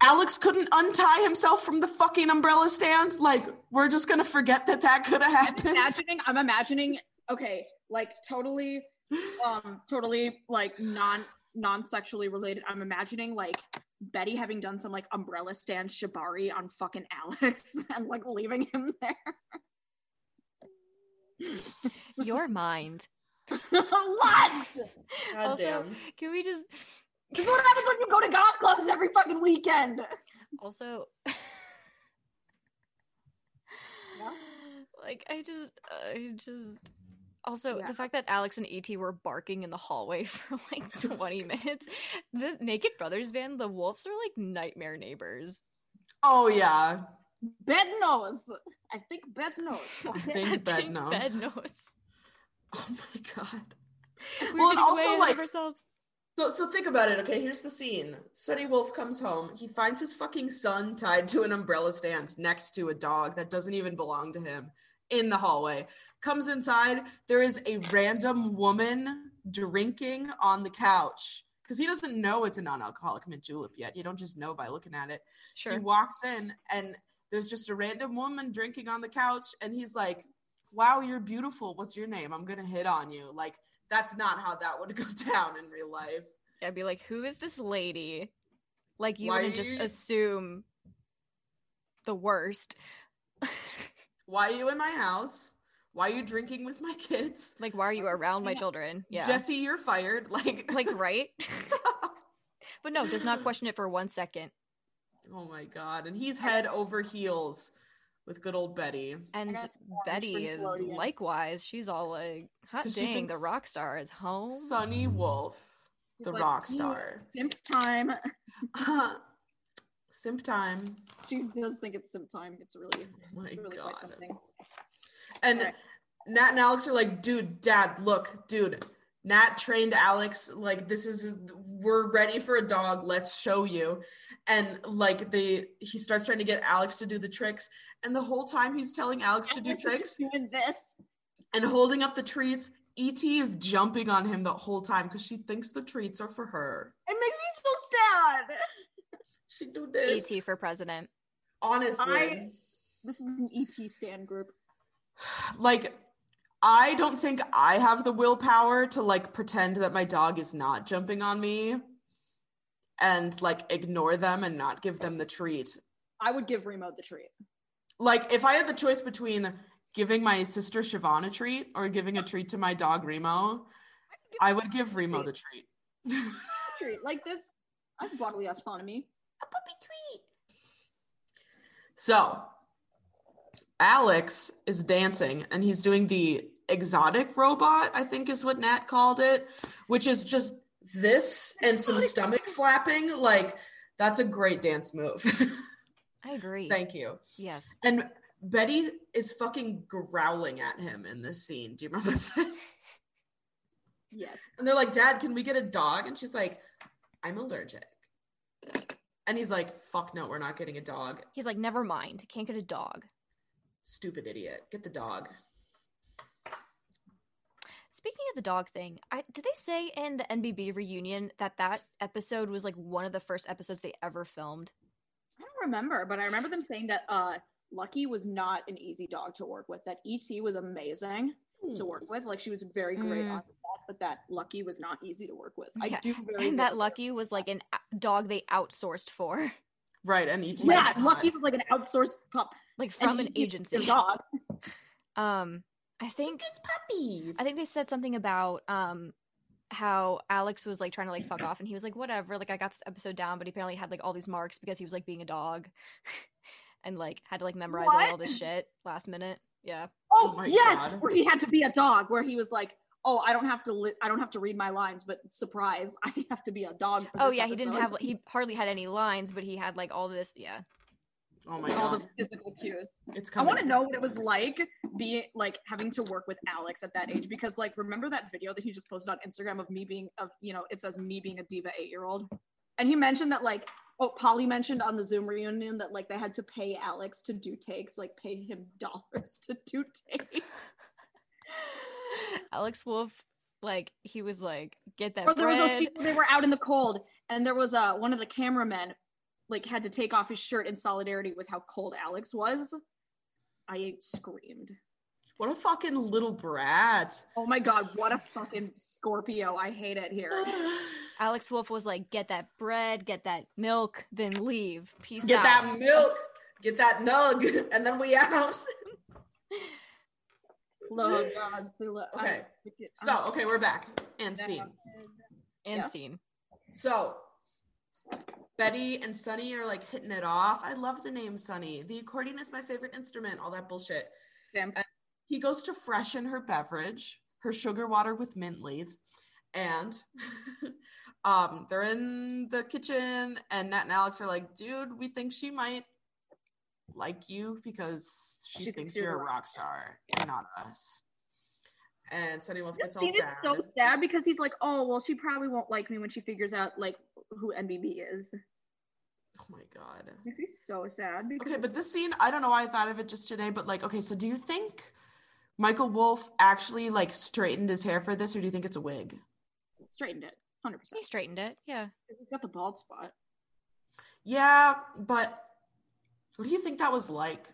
[SPEAKER 4] Alex couldn't untie himself from the fucking umbrella stand. Like we're just gonna forget that that could have
[SPEAKER 3] I'm
[SPEAKER 4] happened.
[SPEAKER 3] imagining. I'm imagining. Okay, like totally, um, totally like non non sexually related. I'm imagining like Betty having done some like umbrella stand shibari on fucking Alex and like leaving him there.
[SPEAKER 2] Your mind.
[SPEAKER 3] what?
[SPEAKER 4] God
[SPEAKER 2] also, Can we just
[SPEAKER 3] This is what happens when you go to golf clubs every fucking weekend.
[SPEAKER 2] also like I just I just also
[SPEAKER 3] Yeah.
[SPEAKER 2] the fact that Alex and ET were barking in the hallway for like 20 minutes. The Naked Brothers band, the wolves are like nightmare neighbors.
[SPEAKER 4] Oh yeah.
[SPEAKER 3] Bed knows. I think Bed knows.
[SPEAKER 4] I think Bed knows.
[SPEAKER 2] Bed knows.
[SPEAKER 4] Oh my god.
[SPEAKER 2] We
[SPEAKER 4] Well,
[SPEAKER 2] could just
[SPEAKER 4] and also,
[SPEAKER 2] weigh in
[SPEAKER 4] like-
[SPEAKER 2] ourselves.
[SPEAKER 4] So so think about it. Okay, here's the scene. Sonny Wolf comes home. He finds his fucking son tied to an umbrella stand next to a dog that doesn't even belong to him in the hallway. Comes inside. There is a random woman drinking on the couch because he doesn't know it's a non-alcoholic mint julep yet. You don't just know by looking at it. He
[SPEAKER 2] Sure.
[SPEAKER 4] walks in and there's just a random woman drinking on the couch and he's like, "Wow, you're beautiful. What's your name? I'm going to hit on you." Like that's not how that would go down in real life.
[SPEAKER 2] I'd be like, who is this lady? Like you
[SPEAKER 4] Why
[SPEAKER 2] wouldn't just
[SPEAKER 4] you-
[SPEAKER 2] assume the worst.
[SPEAKER 4] Why are you in my house? Why are you drinking with my kids?
[SPEAKER 2] Like, why are you around my children? Yeah.
[SPEAKER 4] Jesse, you're fired. Like,
[SPEAKER 2] like, right? but no, does not question it for one second.
[SPEAKER 4] oh my god. And he's head over heels with good old Betty.
[SPEAKER 2] And
[SPEAKER 3] got some orange
[SPEAKER 2] Betty
[SPEAKER 3] from
[SPEAKER 2] is
[SPEAKER 3] Nickelodeon.
[SPEAKER 2] likewise. She's all like, hot
[SPEAKER 4] 'Cause she
[SPEAKER 2] dang, the
[SPEAKER 4] thinks-
[SPEAKER 2] rock star is home.
[SPEAKER 4] Sonny Wolf,
[SPEAKER 3] Oh He's
[SPEAKER 4] the
[SPEAKER 3] like,
[SPEAKER 4] rock
[SPEAKER 3] "Ooh,
[SPEAKER 4] star.
[SPEAKER 3] Simp time.
[SPEAKER 4] Simp time.
[SPEAKER 3] She does think it's simp time. It's really,
[SPEAKER 4] Oh my
[SPEAKER 3] really quite
[SPEAKER 4] god.
[SPEAKER 3] something.
[SPEAKER 4] And
[SPEAKER 3] Alright.
[SPEAKER 4] Nat and Alex are like, dude, dad, look, dude. Nat trained Alex, like, this is we're ready for a dog, let's show you. And like they he starts trying to get Alex to do the tricks. And the whole time he's telling Alex to do
[SPEAKER 3] Alex is
[SPEAKER 4] tricks,
[SPEAKER 3] Doing this.
[SPEAKER 4] and holding up the treats. ET is jumping on him the whole time because she thinks the treats are for her.
[SPEAKER 3] It makes me so sad.
[SPEAKER 4] She do this.
[SPEAKER 2] ET E for president.
[SPEAKER 4] honestly.
[SPEAKER 3] I- This is an ET stand group.
[SPEAKER 4] Like, I don't think I have the willpower to like pretend that my dog is not jumping on me and like ignore them and not give them the treat.
[SPEAKER 3] I would give Remo the treat.
[SPEAKER 4] Like, if I had the choice between giving my sister Siobhan a treat or giving a treat to my dog Remo, I would give Remo the treat.
[SPEAKER 3] Treat like this. I have bodily autonomy.
[SPEAKER 4] a puppy tweet. So, Alex is dancing and he's doing the exotic robot, I think is what Nat called it, which is just this and some stomach flapping. Like, that's a great dance move.
[SPEAKER 2] I agree.
[SPEAKER 4] Thank you.
[SPEAKER 2] yes.
[SPEAKER 4] And Betty is fucking growling at him in this scene. Do you remember this?
[SPEAKER 3] Yes.
[SPEAKER 4] And they're like, Dad, can we get a dog? And she's like, I'm allergic. And he's like, fuck no, we're not getting a dog.
[SPEAKER 2] He's like, never mind. Can't get a dog.
[SPEAKER 4] stupid idiot get the dog
[SPEAKER 2] Speaking of the dog thing, I, did they say in the NBB reunion that that episode was like one of the first episodes they ever filmed?
[SPEAKER 3] I don't remember, but I remember them saying that uh, Lucky was not an easy dog to work with. That ET was amazing to work with. Like she was very great
[SPEAKER 2] Mm.
[SPEAKER 3] on set, but that Lucky was not easy to work with. I
[SPEAKER 2] Yeah.
[SPEAKER 3] do very
[SPEAKER 2] And that
[SPEAKER 3] remember-
[SPEAKER 2] Lucky was like an a- dog they outsourced for,
[SPEAKER 4] right and each
[SPEAKER 3] Yeah, Lucky was like an outsourced pup
[SPEAKER 2] like
[SPEAKER 3] and
[SPEAKER 2] from an
[SPEAKER 3] ET was a
[SPEAKER 2] agency.
[SPEAKER 3] dog.
[SPEAKER 2] Um, I think
[SPEAKER 4] puppies
[SPEAKER 2] I think they said something about um how Alex was like trying to like fuck off and he was like whatever like I got this episode down but he apparently had like all these marks because he was like being a dog and like had to like memorize like, all
[SPEAKER 3] What?
[SPEAKER 2] this shit last minute yeah
[SPEAKER 3] Oh,
[SPEAKER 4] Oh my
[SPEAKER 3] yes,
[SPEAKER 4] God.
[SPEAKER 3] where he had to be a dog, where he was like, "Oh, I don't have to, li- I don't have to read my lines, but surprise, I have to be a dog." for
[SPEAKER 2] oh
[SPEAKER 3] this
[SPEAKER 2] yeah he didn't
[SPEAKER 3] episode."
[SPEAKER 2] have he hardly had any lines but he had like all this yeah
[SPEAKER 4] oh my
[SPEAKER 3] all
[SPEAKER 4] god
[SPEAKER 3] the physical cues.
[SPEAKER 4] it's
[SPEAKER 3] I
[SPEAKER 4] coming
[SPEAKER 3] want to know what it was like being like having to work with Alex at that age because like remember that video that he just posted on Instagram of me being of you know it says me being a diva eight year old, and he mentioned that like Oh, Polly mentioned on the Zoom reunion that like they had to pay Alex to do takes, like pay him dollars to do takes.
[SPEAKER 2] Alex Wolf, like he was like, get that
[SPEAKER 3] or there was a
[SPEAKER 2] bread.
[SPEAKER 3] scene where they were out in the cold and there was uh, one of the cameramen like had to take off his shirt in solidarity with how cold Alex was. I screamed.
[SPEAKER 4] What a fucking little brat.
[SPEAKER 3] Oh my god, what a fucking Scorpio. I hate it here.
[SPEAKER 2] Alex Wolf was like, get that bread, get that milk, then leave. Peace
[SPEAKER 4] Get
[SPEAKER 2] out.
[SPEAKER 4] that milk. Get that nug. And then we out.
[SPEAKER 3] Uh-huh. Love god. we love- I
[SPEAKER 4] Okay.
[SPEAKER 3] don't like it. I
[SPEAKER 4] So,
[SPEAKER 3] don't
[SPEAKER 4] okay, we're back. And
[SPEAKER 3] like
[SPEAKER 4] scene.
[SPEAKER 3] that.
[SPEAKER 2] and
[SPEAKER 3] yeah.
[SPEAKER 2] scene.
[SPEAKER 4] So Betty and Sunny are like hitting it off. I love the name Sunny. The accordion is my favorite instrument, all that bullshit.
[SPEAKER 3] Damn.
[SPEAKER 4] He goes to freshen her beverage, her sugar water with mint leaves. And um, they're in the kitchen, and Nat and Alex are like, dude, we think she might like you because she, thinks you're a rock star and not us. And Sunny Wolf
[SPEAKER 3] This
[SPEAKER 4] gets all
[SPEAKER 3] scene is
[SPEAKER 4] sad.
[SPEAKER 3] so sad because he's like, oh well, she probably won't like me when she figures out like who NBB is.
[SPEAKER 4] oh my God.
[SPEAKER 3] Makes me so sad because
[SPEAKER 4] Okay, but this scene, I don't know why I thought of it just today, but like, okay, so do you think Michael Wolf actually like straightened his hair for this, or do you think it's a wig?
[SPEAKER 3] straightened it, hundred percent.
[SPEAKER 2] He straightened it. Yeah.
[SPEAKER 3] He's got the bald spot.
[SPEAKER 4] Yeah, but what do you think that was like?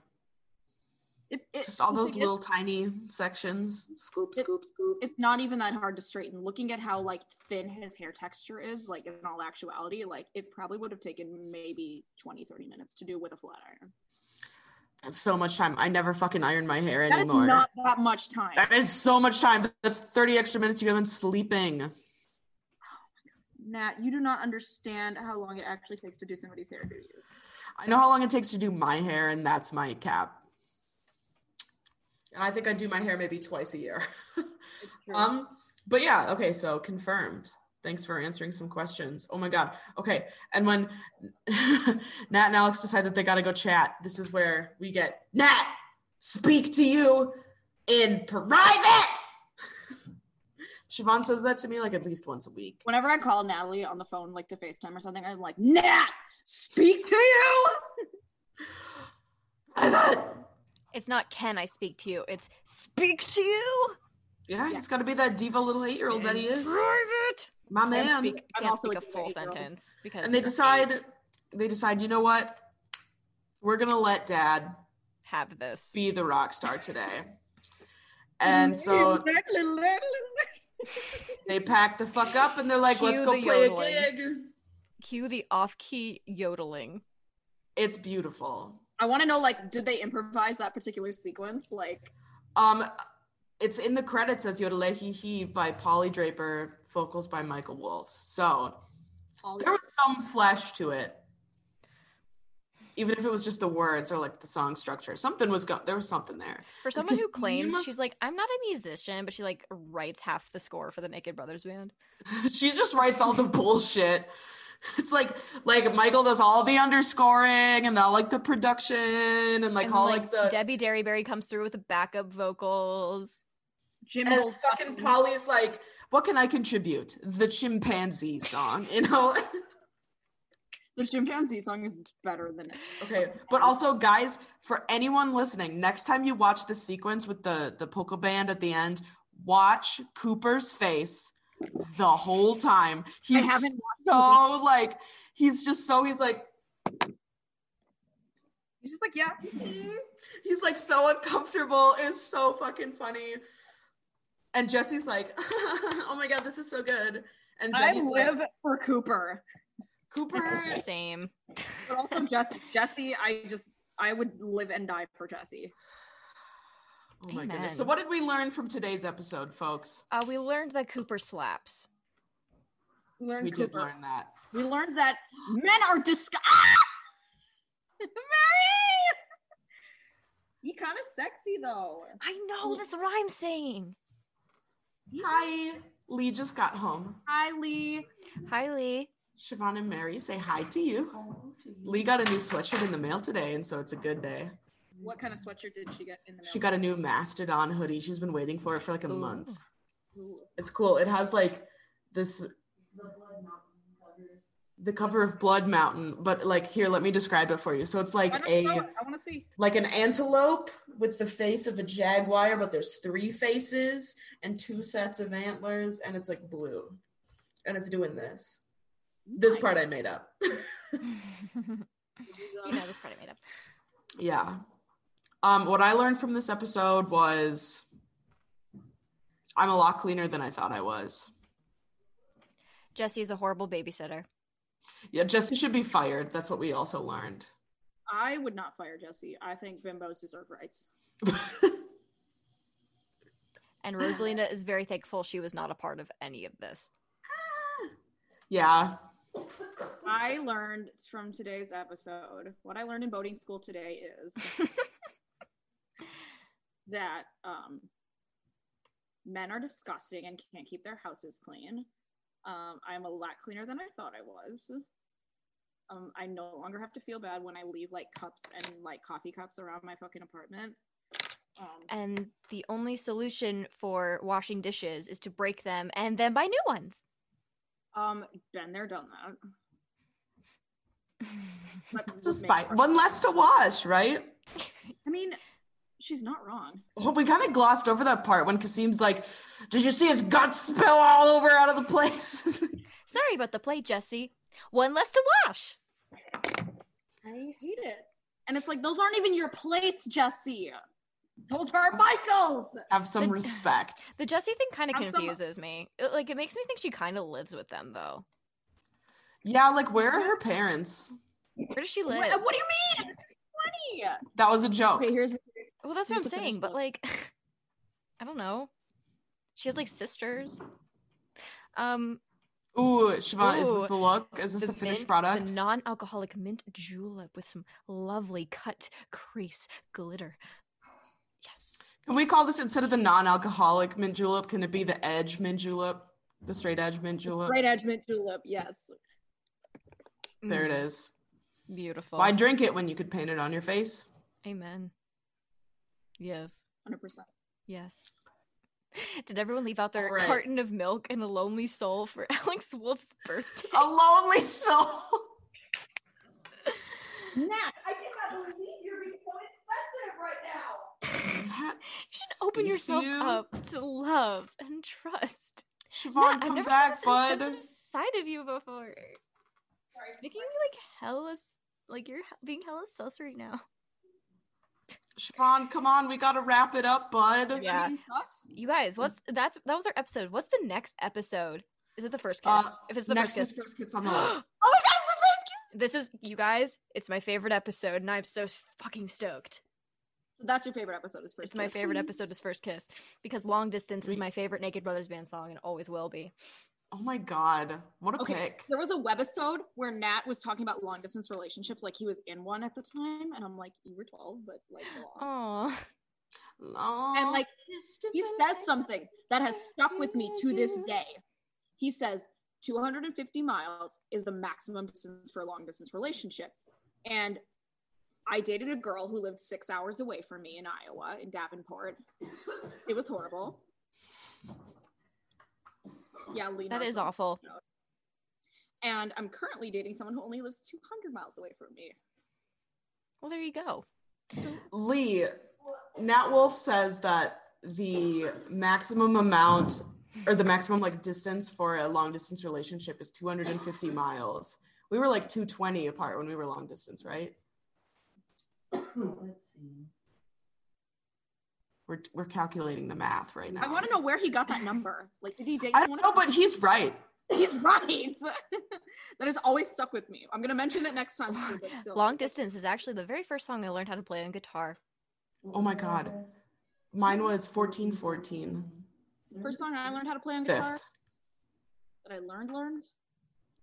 [SPEAKER 3] It, it,
[SPEAKER 4] Just all
[SPEAKER 3] the
[SPEAKER 4] those
[SPEAKER 3] thing is,
[SPEAKER 4] little tiny sections. Scoop,
[SPEAKER 3] It-
[SPEAKER 4] scoop, scoop.
[SPEAKER 3] It's not even that hard to straighten. Looking at how like thin his hair texture is, like in all actuality, like it probably would have taken maybe 20, 30 minutes to do with a flat iron.
[SPEAKER 4] That's so much time. I never fucking iron my hair
[SPEAKER 3] That is
[SPEAKER 4] anymore.
[SPEAKER 3] not that much time.
[SPEAKER 4] that is so much time. That's 30 extra minutes you have been sleeping.
[SPEAKER 3] Nat, you do not understand how long it actually takes to do somebody's hair, do you?
[SPEAKER 4] I know how long it takes to do my hair, and that's my cap. And I think I do my hair maybe twice a year. um, but yeah, okay, so confirmed. Thanks for answering some questions. Oh my god. Okay. And when Nat and Alex decide that they gotta go chat, this is where we get Nat speak to you in private. Siobhan says that to me like at least once a week.
[SPEAKER 3] Whenever I call Natalie on the phone, like to FaceTime or something, I'm like, Nat, speak to you.
[SPEAKER 4] Private!
[SPEAKER 2] It's not can I speak to you? It's speak to you.
[SPEAKER 4] Yeah, he's gotta be that diva little eight-year-old that he is.
[SPEAKER 2] Private.
[SPEAKER 4] My
[SPEAKER 2] Can't
[SPEAKER 4] man.
[SPEAKER 2] speak,
[SPEAKER 3] I'm
[SPEAKER 2] can't
[SPEAKER 3] also
[SPEAKER 2] speak a
[SPEAKER 3] like
[SPEAKER 2] full
[SPEAKER 3] eight-year-old.
[SPEAKER 2] sentence because
[SPEAKER 4] and they
[SPEAKER 2] you're
[SPEAKER 4] decide
[SPEAKER 2] eight.
[SPEAKER 4] they decide you know what we're gonna let dad
[SPEAKER 2] have this.
[SPEAKER 4] be the rock star today and so they pack the fuck up and they're like let's
[SPEAKER 2] Cue
[SPEAKER 4] go
[SPEAKER 2] the
[SPEAKER 4] play
[SPEAKER 2] yodeling.
[SPEAKER 4] a gig
[SPEAKER 2] Cue the off-key yodeling.
[SPEAKER 4] it's beautiful
[SPEAKER 3] I want to know, like, did they improvise that particular sequence? Like,
[SPEAKER 4] um it's in the credits as Yodelehi He by Polly Draper, vocals by Michael Wolf. So
[SPEAKER 3] all
[SPEAKER 4] there was some flesh to it, even if it was just the words or like the song structure. Something was go- there was something there.
[SPEAKER 2] For someone
[SPEAKER 4] Because
[SPEAKER 2] who claims
[SPEAKER 4] you-
[SPEAKER 2] she's like, I'm not a musician, but she like writes half the score for the Naked Brothers band.
[SPEAKER 4] she just writes all the bullshit. It's like like Michael does all the underscoring and all like the production and like
[SPEAKER 2] and
[SPEAKER 4] all
[SPEAKER 2] like,
[SPEAKER 4] like, the
[SPEAKER 2] Debbie Derryberry comes through with the backup vocals.
[SPEAKER 3] Jim
[SPEAKER 4] and
[SPEAKER 3] Gold's
[SPEAKER 4] fucking
[SPEAKER 3] fucking-
[SPEAKER 4] Polly's like, what can I contribute? The chimpanzee song, you know?
[SPEAKER 3] The chimpanzee song is better than it.
[SPEAKER 4] okay. But also guys, for anyone listening, next time you watch the sequence with the the polka band at the end, watch Cooper's face the whole time.
[SPEAKER 3] I
[SPEAKER 4] He's
[SPEAKER 3] haven't watched.
[SPEAKER 4] so like he's just so he's like
[SPEAKER 3] He's just like, yeah.
[SPEAKER 4] Mm-hmm. He's like so uncomfortable. It's so fucking funny. And Jesse's like, oh my god, this is so good. And
[SPEAKER 3] I
[SPEAKER 4] Benny's
[SPEAKER 3] live
[SPEAKER 4] like,
[SPEAKER 3] for Cooper,
[SPEAKER 4] Cooper.
[SPEAKER 2] Same.
[SPEAKER 3] but also Jesse. Jesse, I just, I would live and die for Jesse.
[SPEAKER 4] Oh my goodness.
[SPEAKER 2] Amen.
[SPEAKER 4] So what did we learn from today's episode, folks?
[SPEAKER 2] Uh, we learned that Cooper slaps.
[SPEAKER 3] We learned
[SPEAKER 4] We
[SPEAKER 3] Cooper.
[SPEAKER 4] did learn that.
[SPEAKER 3] We learned that men are disgusting. Ah! Mary, he kind of sexy though.
[SPEAKER 2] I know, that's what I'm saying.
[SPEAKER 4] Hi. Lee just got home.
[SPEAKER 3] Hi, Lee.
[SPEAKER 2] Hi, Lee.
[SPEAKER 4] Siobhan and Mary say hi to you. Lee got a new sweatshirt in the mail today, and so it's a good day.
[SPEAKER 3] What kind of sweatshirt did she get in the mail?
[SPEAKER 4] She got a new Mastodon hoodie. She's been waiting for it for like a
[SPEAKER 2] Ooh.
[SPEAKER 4] month.
[SPEAKER 3] Ooh.
[SPEAKER 4] It's cool. It has like this the cover of Blood Mountain, but like here, let me describe it for you. So it's like
[SPEAKER 3] I don't
[SPEAKER 4] a
[SPEAKER 3] know. I want to see.
[SPEAKER 4] like an antelope with the face of a jaguar, but there's three faces and two sets of antlers, and it's like blue. And it's doing this. This part I
[SPEAKER 3] Nice.
[SPEAKER 4] made up.
[SPEAKER 5] You know this part I made up.
[SPEAKER 4] yeah. Um, what I learned from this episode was I'm a lot cleaner than I thought I was.
[SPEAKER 2] Jesse is a horrible babysitter.
[SPEAKER 4] Yeah, Jesse should be fired. That's what we also learned.
[SPEAKER 3] I would not fire Jesse. I think bimbos deserve rights.
[SPEAKER 2] And Rosalina is very thankful she was not a part of any of this.
[SPEAKER 4] yeah.
[SPEAKER 3] I learned from today's episode what I learned in boating school today is that um, men are disgusting and can't keep their houses clean. Um, I'm a lot cleaner than I thought I was. Um, I no longer have to feel bad when I leave like cups and like coffee cups around my fucking apartment. Um,
[SPEAKER 2] And the only solution for washing dishes is to break them and then buy new ones.
[SPEAKER 3] um, been there, done that. But would make
[SPEAKER 4] Despite
[SPEAKER 3] her-
[SPEAKER 4] one less to wash, right?
[SPEAKER 3] I mean, she's not wrong.
[SPEAKER 4] Well, we kind of glossed over that part when Kasim's like, Did you see his guts spill all over out of the place?
[SPEAKER 2] Sorry about the play, Jesse. One less to wash.
[SPEAKER 3] I hate it. And it's like those aren't even your plates, Jesse. Those are Michael's.
[SPEAKER 4] Have some
[SPEAKER 2] But-
[SPEAKER 4] respect.
[SPEAKER 2] The Jesse thing kind of
[SPEAKER 3] Have some-
[SPEAKER 2] confuses me. It- like, it makes me think she kind of lives with them, though.
[SPEAKER 4] Yeah, like, where are her parents?
[SPEAKER 2] Where does she live?
[SPEAKER 3] What, what do you mean? Funny.
[SPEAKER 4] That was a
[SPEAKER 2] Oh.
[SPEAKER 4] joke.
[SPEAKER 3] Okay, here's
[SPEAKER 2] Well, that's
[SPEAKER 3] You
[SPEAKER 2] what I'm
[SPEAKER 3] have to finish
[SPEAKER 2] saying, but
[SPEAKER 3] that.
[SPEAKER 2] like, I don't know. She has like sisters. Um,
[SPEAKER 4] Ooh, Siobhan, is this
[SPEAKER 2] Ooh,
[SPEAKER 4] the look? Is this the, finished
[SPEAKER 2] mint-
[SPEAKER 4] product?
[SPEAKER 2] the non-alcoholic mint julep with some lovely cut crease glitter. Yes,
[SPEAKER 4] can we call this instead of the non alcoholic mint julep? Can it be the edge mint julep? The straight edge mint julep?
[SPEAKER 3] right edge mint julep. Yes.
[SPEAKER 4] There it
[SPEAKER 2] Mm,
[SPEAKER 4] is.
[SPEAKER 2] Beautiful.
[SPEAKER 4] Why drink it when you could paint it on your face?
[SPEAKER 2] Amen. Yes,
[SPEAKER 3] 100%.
[SPEAKER 2] yes. Did everyone leave out their
[SPEAKER 4] All right.
[SPEAKER 2] carton of milk and a lonely soul for Alex Wolf's birthday?
[SPEAKER 4] A lonely soul.
[SPEAKER 3] Nat, I cannot believe you're being so insensitive right now.
[SPEAKER 4] Nat,
[SPEAKER 2] you should open
[SPEAKER 4] speak to
[SPEAKER 2] yourself
[SPEAKER 4] you.
[SPEAKER 2] up to love and trust.
[SPEAKER 4] Siobhan,
[SPEAKER 2] Nah,
[SPEAKER 4] come
[SPEAKER 2] I've never
[SPEAKER 4] back,
[SPEAKER 2] seen this
[SPEAKER 4] bud.
[SPEAKER 2] insensitive side of you before.
[SPEAKER 3] Sorry.
[SPEAKER 2] Making me like hella, s- like you're he- being hella sus right now.
[SPEAKER 4] Siobhan, come on. We got to wrap it up, bud.
[SPEAKER 2] Yeah.
[SPEAKER 3] Being sus?
[SPEAKER 2] You guys, what's that's that was our episode. What's the next episode? Is it the first kiss?
[SPEAKER 4] Uh,
[SPEAKER 2] if it's the
[SPEAKER 4] Next
[SPEAKER 2] first
[SPEAKER 4] is
[SPEAKER 2] kiss,
[SPEAKER 4] first kiss on the lips.
[SPEAKER 2] oh my god, it's the first kiss! This is you guys. It's my favorite episode, and I'm so fucking stoked.
[SPEAKER 3] So that's your favorite episode is first.
[SPEAKER 2] It's my
[SPEAKER 3] kiss.
[SPEAKER 2] favorite episode is first kiss because long distance is
[SPEAKER 4] We-
[SPEAKER 2] my favorite Naked Brothers band song and always will be.
[SPEAKER 4] Oh my god. What a
[SPEAKER 3] Okay.
[SPEAKER 4] pick.
[SPEAKER 3] There was a webisode where Nat was talking about long distance relationships, like he was in one at the time, and I'm like, you were 12, but like, go on."
[SPEAKER 2] Oh,
[SPEAKER 3] and like
[SPEAKER 4] distance
[SPEAKER 3] he says something that has stuck with me to this day. He says 250 miles is the maximum distance for a long distance relationship. And I dated a girl who lived six hours away from me in Iowa, in Davenport. It was horrible. Yeah, Lena.
[SPEAKER 2] that
[SPEAKER 3] was
[SPEAKER 2] is
[SPEAKER 3] like-
[SPEAKER 2] awful.
[SPEAKER 3] And I'm currently dating someone who only lives 200 miles away from me.
[SPEAKER 2] Well, there you go.
[SPEAKER 4] Lee, Nat Wolf says that the maximum amount or the maximum like distance for a long distance relationship is 250 miles. We were like 220 apart when we were long distance, right?
[SPEAKER 6] Let's see.
[SPEAKER 4] We're, we're calculating the math right now.
[SPEAKER 3] I want to know where he got that number. Like, did he date
[SPEAKER 4] I
[SPEAKER 3] someone?
[SPEAKER 4] don't know, but he's right.
[SPEAKER 3] He's right. that has always stuck with me. I'm gonna mention it next time. too, but still.
[SPEAKER 2] Long distance is actually the very first song I learned how to play on guitar.
[SPEAKER 4] Oh my god. Mine was 1414.
[SPEAKER 3] First song I learned how to play on guitar
[SPEAKER 4] Fifth.
[SPEAKER 3] that I learned learned.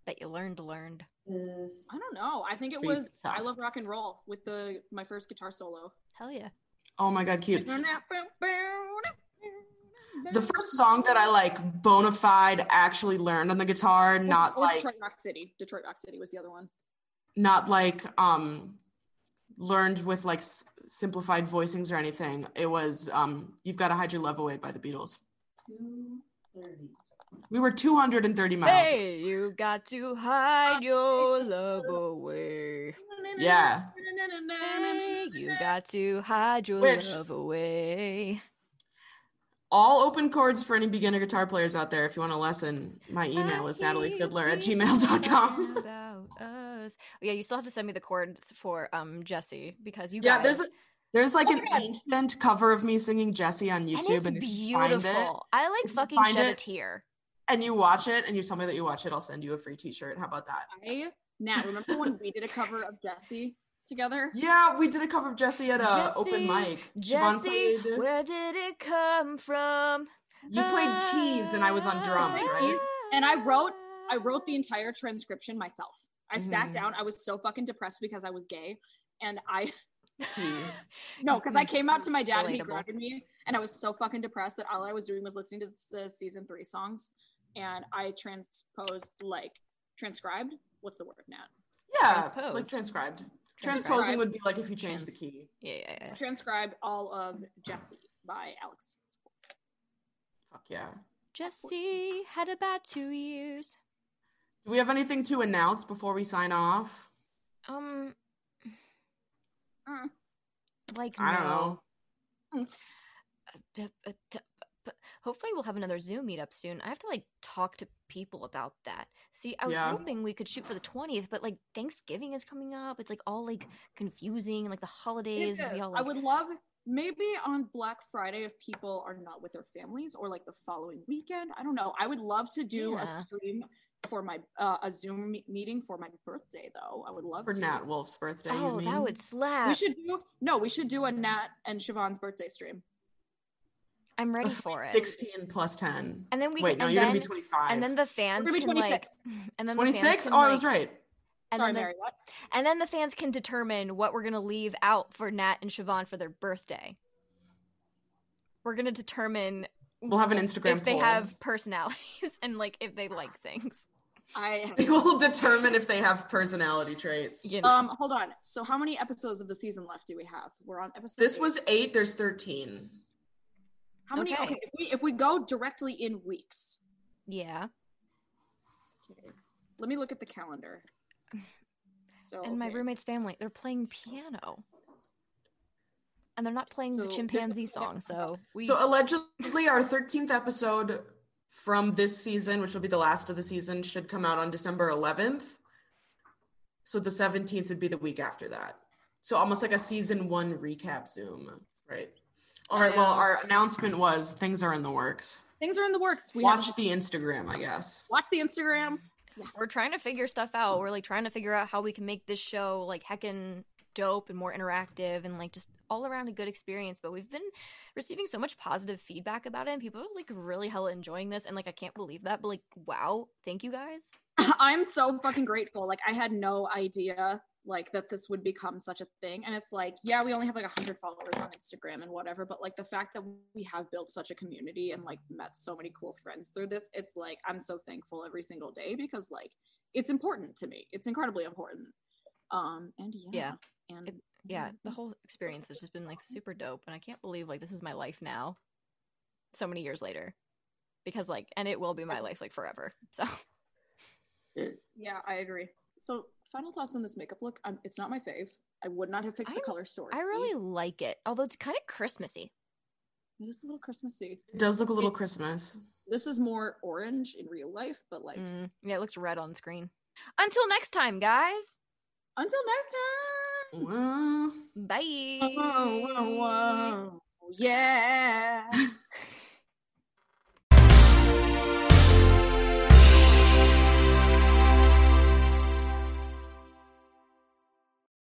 [SPEAKER 2] That you learned learned.
[SPEAKER 3] I don't know. I think it
[SPEAKER 4] Beat
[SPEAKER 3] was
[SPEAKER 4] tough.
[SPEAKER 3] I love rock and roll with the my first guitar solo.
[SPEAKER 2] Hell yeah.
[SPEAKER 4] Oh my god, cute. The first song that I like bona fide actually learned on the guitar,
[SPEAKER 3] Or-
[SPEAKER 4] not
[SPEAKER 3] or
[SPEAKER 4] like
[SPEAKER 3] Detroit Rock City. Detroit Rock City was the other one.
[SPEAKER 4] not like um learned with like s- simplified voicings or anything. It was um You've Got to Hide Your Love Away by the Beatles.
[SPEAKER 6] Two thirty.
[SPEAKER 4] We were 230 miles.
[SPEAKER 2] Hey, you got to hide your love away.
[SPEAKER 4] Yeah.
[SPEAKER 2] Hey, you got to hide your
[SPEAKER 4] Which-
[SPEAKER 2] love away.
[SPEAKER 4] All open chords for any beginner guitar players out there. If you want a lesson, my email is nataliefiddler at gmail.com.
[SPEAKER 2] About us. Oh, yeah, you still have to send me the chords for um Jesse because you
[SPEAKER 4] Yeah,
[SPEAKER 2] guys.
[SPEAKER 4] there's a- There's like an
[SPEAKER 3] Alright.
[SPEAKER 4] ancient cover of me singing Jesse on
[SPEAKER 2] and
[SPEAKER 4] YouTube.
[SPEAKER 2] it's
[SPEAKER 4] if you find it
[SPEAKER 2] beautiful. I
[SPEAKER 4] if
[SPEAKER 2] like
[SPEAKER 4] you
[SPEAKER 2] fucking
[SPEAKER 4] find
[SPEAKER 2] shed a
[SPEAKER 4] it-
[SPEAKER 2] tear.
[SPEAKER 4] and you watch it and you tell me that you watch it, I'll send you a free t shirt. How about that?
[SPEAKER 3] I, Nat, remember when we did a cover of Jesse together?
[SPEAKER 4] Yeah, we did a cover of Jesse at a
[SPEAKER 2] Jesse,
[SPEAKER 4] open mic. Siobhan
[SPEAKER 2] Jesse,
[SPEAKER 4] played-
[SPEAKER 2] where did it come from? Ah,
[SPEAKER 4] you played keys and I was on drums,
[SPEAKER 3] I
[SPEAKER 4] right?
[SPEAKER 3] And I wrote- I wrote the entire transcription myself. I
[SPEAKER 4] Mhm.
[SPEAKER 3] sat down. I was so fucking depressed because I was gay. And I,
[SPEAKER 4] Tea.
[SPEAKER 3] no, because I came out to my dad and he
[SPEAKER 2] Relatable.
[SPEAKER 3] grounded me. And I was so fucking depressed that all I was doing was listening to the season three songs. And I transposed, like, transcribed. What's the word, Nat?
[SPEAKER 4] Yeah, like
[SPEAKER 2] Transposed.
[SPEAKER 4] transcribed.
[SPEAKER 2] Transcribed.
[SPEAKER 4] Transposing would be like if you change the
[SPEAKER 2] Trans-
[SPEAKER 4] key.
[SPEAKER 2] Yeah, yeah, yeah.
[SPEAKER 3] Transcribe all of Jesse by Alex.
[SPEAKER 4] Fuck yeah.
[SPEAKER 2] Jesse had about two years.
[SPEAKER 4] Do we have anything to announce before we sign off?
[SPEAKER 2] Um,
[SPEAKER 3] Mm.
[SPEAKER 2] like
[SPEAKER 4] I don't
[SPEAKER 2] no.
[SPEAKER 4] know.
[SPEAKER 2] Uh, d- uh, d- but Hopefully, we'll have another Zoom meetup soon. I have to like talk to people about that. See, I was
[SPEAKER 4] Yeah.
[SPEAKER 2] hoping we could shoot for the twentieth, but like Thanksgiving is coming up. It's like all like confusing, and like the holidays.
[SPEAKER 3] It
[SPEAKER 2] We
[SPEAKER 3] is.
[SPEAKER 2] all
[SPEAKER 3] I
[SPEAKER 2] like
[SPEAKER 3] would love maybe on Black Friday if people are not with their families or like the following weekend. I don't know. I would love to do
[SPEAKER 2] Yeah.
[SPEAKER 3] a stream for my uh, a Zoom me- meeting for my birthday though. I would love
[SPEAKER 4] For
[SPEAKER 3] to.
[SPEAKER 4] Nat Wolf's birthday. you
[SPEAKER 2] oh, that
[SPEAKER 4] mean?
[SPEAKER 2] would slap.
[SPEAKER 3] We should do no. We should do a Nat and Siobhan's birthday stream.
[SPEAKER 2] I'm
[SPEAKER 4] A
[SPEAKER 2] ready
[SPEAKER 4] sweet
[SPEAKER 2] for it.
[SPEAKER 4] 16 plus 10.
[SPEAKER 2] And then we
[SPEAKER 4] Wait,
[SPEAKER 2] can,
[SPEAKER 4] no,
[SPEAKER 2] and
[SPEAKER 4] you're
[SPEAKER 2] then,
[SPEAKER 4] gonna be 25.
[SPEAKER 2] and then the fans
[SPEAKER 3] gonna be
[SPEAKER 2] can like
[SPEAKER 3] 26.
[SPEAKER 2] and then the
[SPEAKER 4] 26?
[SPEAKER 2] fans can,
[SPEAKER 4] oh, I was
[SPEAKER 2] like-
[SPEAKER 4] right.
[SPEAKER 2] And
[SPEAKER 3] Sorry,
[SPEAKER 2] then the,
[SPEAKER 3] Mary. What?
[SPEAKER 2] And then the fans can determine what we're going to leave out for Nat and Siobhan for their birthday. We're going to determine
[SPEAKER 4] We'll have an Instagram
[SPEAKER 2] if they
[SPEAKER 4] poll.
[SPEAKER 2] have personalities and like if they like things.
[SPEAKER 3] I
[SPEAKER 4] We'll determine if they have personality traits.
[SPEAKER 2] You know.
[SPEAKER 3] um hold on. So how many episodes of the season left do we have? We're on episode.
[SPEAKER 4] This
[SPEAKER 3] eight.
[SPEAKER 4] was eight, there's 13.
[SPEAKER 3] how many?
[SPEAKER 2] Okay.
[SPEAKER 3] Okay. if, we, if we go directly in weeks,
[SPEAKER 2] yeah.
[SPEAKER 3] okay. let me look at the calendar. So
[SPEAKER 2] And my
[SPEAKER 3] oh, okay.
[SPEAKER 2] roommate's family, they're playing piano. And they're not playing
[SPEAKER 3] So
[SPEAKER 2] the
[SPEAKER 3] this-
[SPEAKER 2] chimpanzee song, so we
[SPEAKER 4] So, allegedly, our 13th episode from this season, which will be the last of the season, should come out on December 11th. So, the 17th would be the week after that. So, almost like a season one recap Zoom, right? All right. Well,
[SPEAKER 2] Yeah.
[SPEAKER 4] our announcement was things are in the works.
[SPEAKER 3] Things are in the works. We
[SPEAKER 4] Watch
[SPEAKER 3] have
[SPEAKER 4] the Instagram, I guess.
[SPEAKER 3] watch the Instagram.
[SPEAKER 2] we're trying to figure stuff out. We're like trying to figure out how we can make this show like heckin' dope and more interactive and like just all around a good experience. But we've been receiving so much positive feedback about it, and people are like really hella enjoying this. And like I can't believe that, but like wow, thank you guys.
[SPEAKER 3] I'm so fucking grateful. Like I had no idea like that this would become such a thing. And it's like, yeah, we only have like hundred followers on Instagram and whatever, but like the fact that we have built such a community and like met so many cool friends through this, it's like I'm so thankful every single day because like it's important to me. It's incredibly important. Um and yeah. And
[SPEAKER 2] It- Yeah,
[SPEAKER 3] Mm-hmm.
[SPEAKER 2] the whole experience has just been like super dope, and I can't believe like this is my life now, so many years later, because like and it will be my life like forever. So
[SPEAKER 3] yeah, I agree. So final thoughts on this makeup look. Um, it's not my fave. I would not have picked the
[SPEAKER 2] I'm-
[SPEAKER 3] color story.
[SPEAKER 2] I really like it, although it's kind of Christmassy.
[SPEAKER 3] it is a little Christmassy.
[SPEAKER 4] It does look a little Christmas.
[SPEAKER 3] this is more orange in real life, but like
[SPEAKER 2] Mm, yeah, it looks red on screen. Until next time, guys.
[SPEAKER 3] until next time.
[SPEAKER 4] Well,
[SPEAKER 2] Bye.
[SPEAKER 3] Yeah.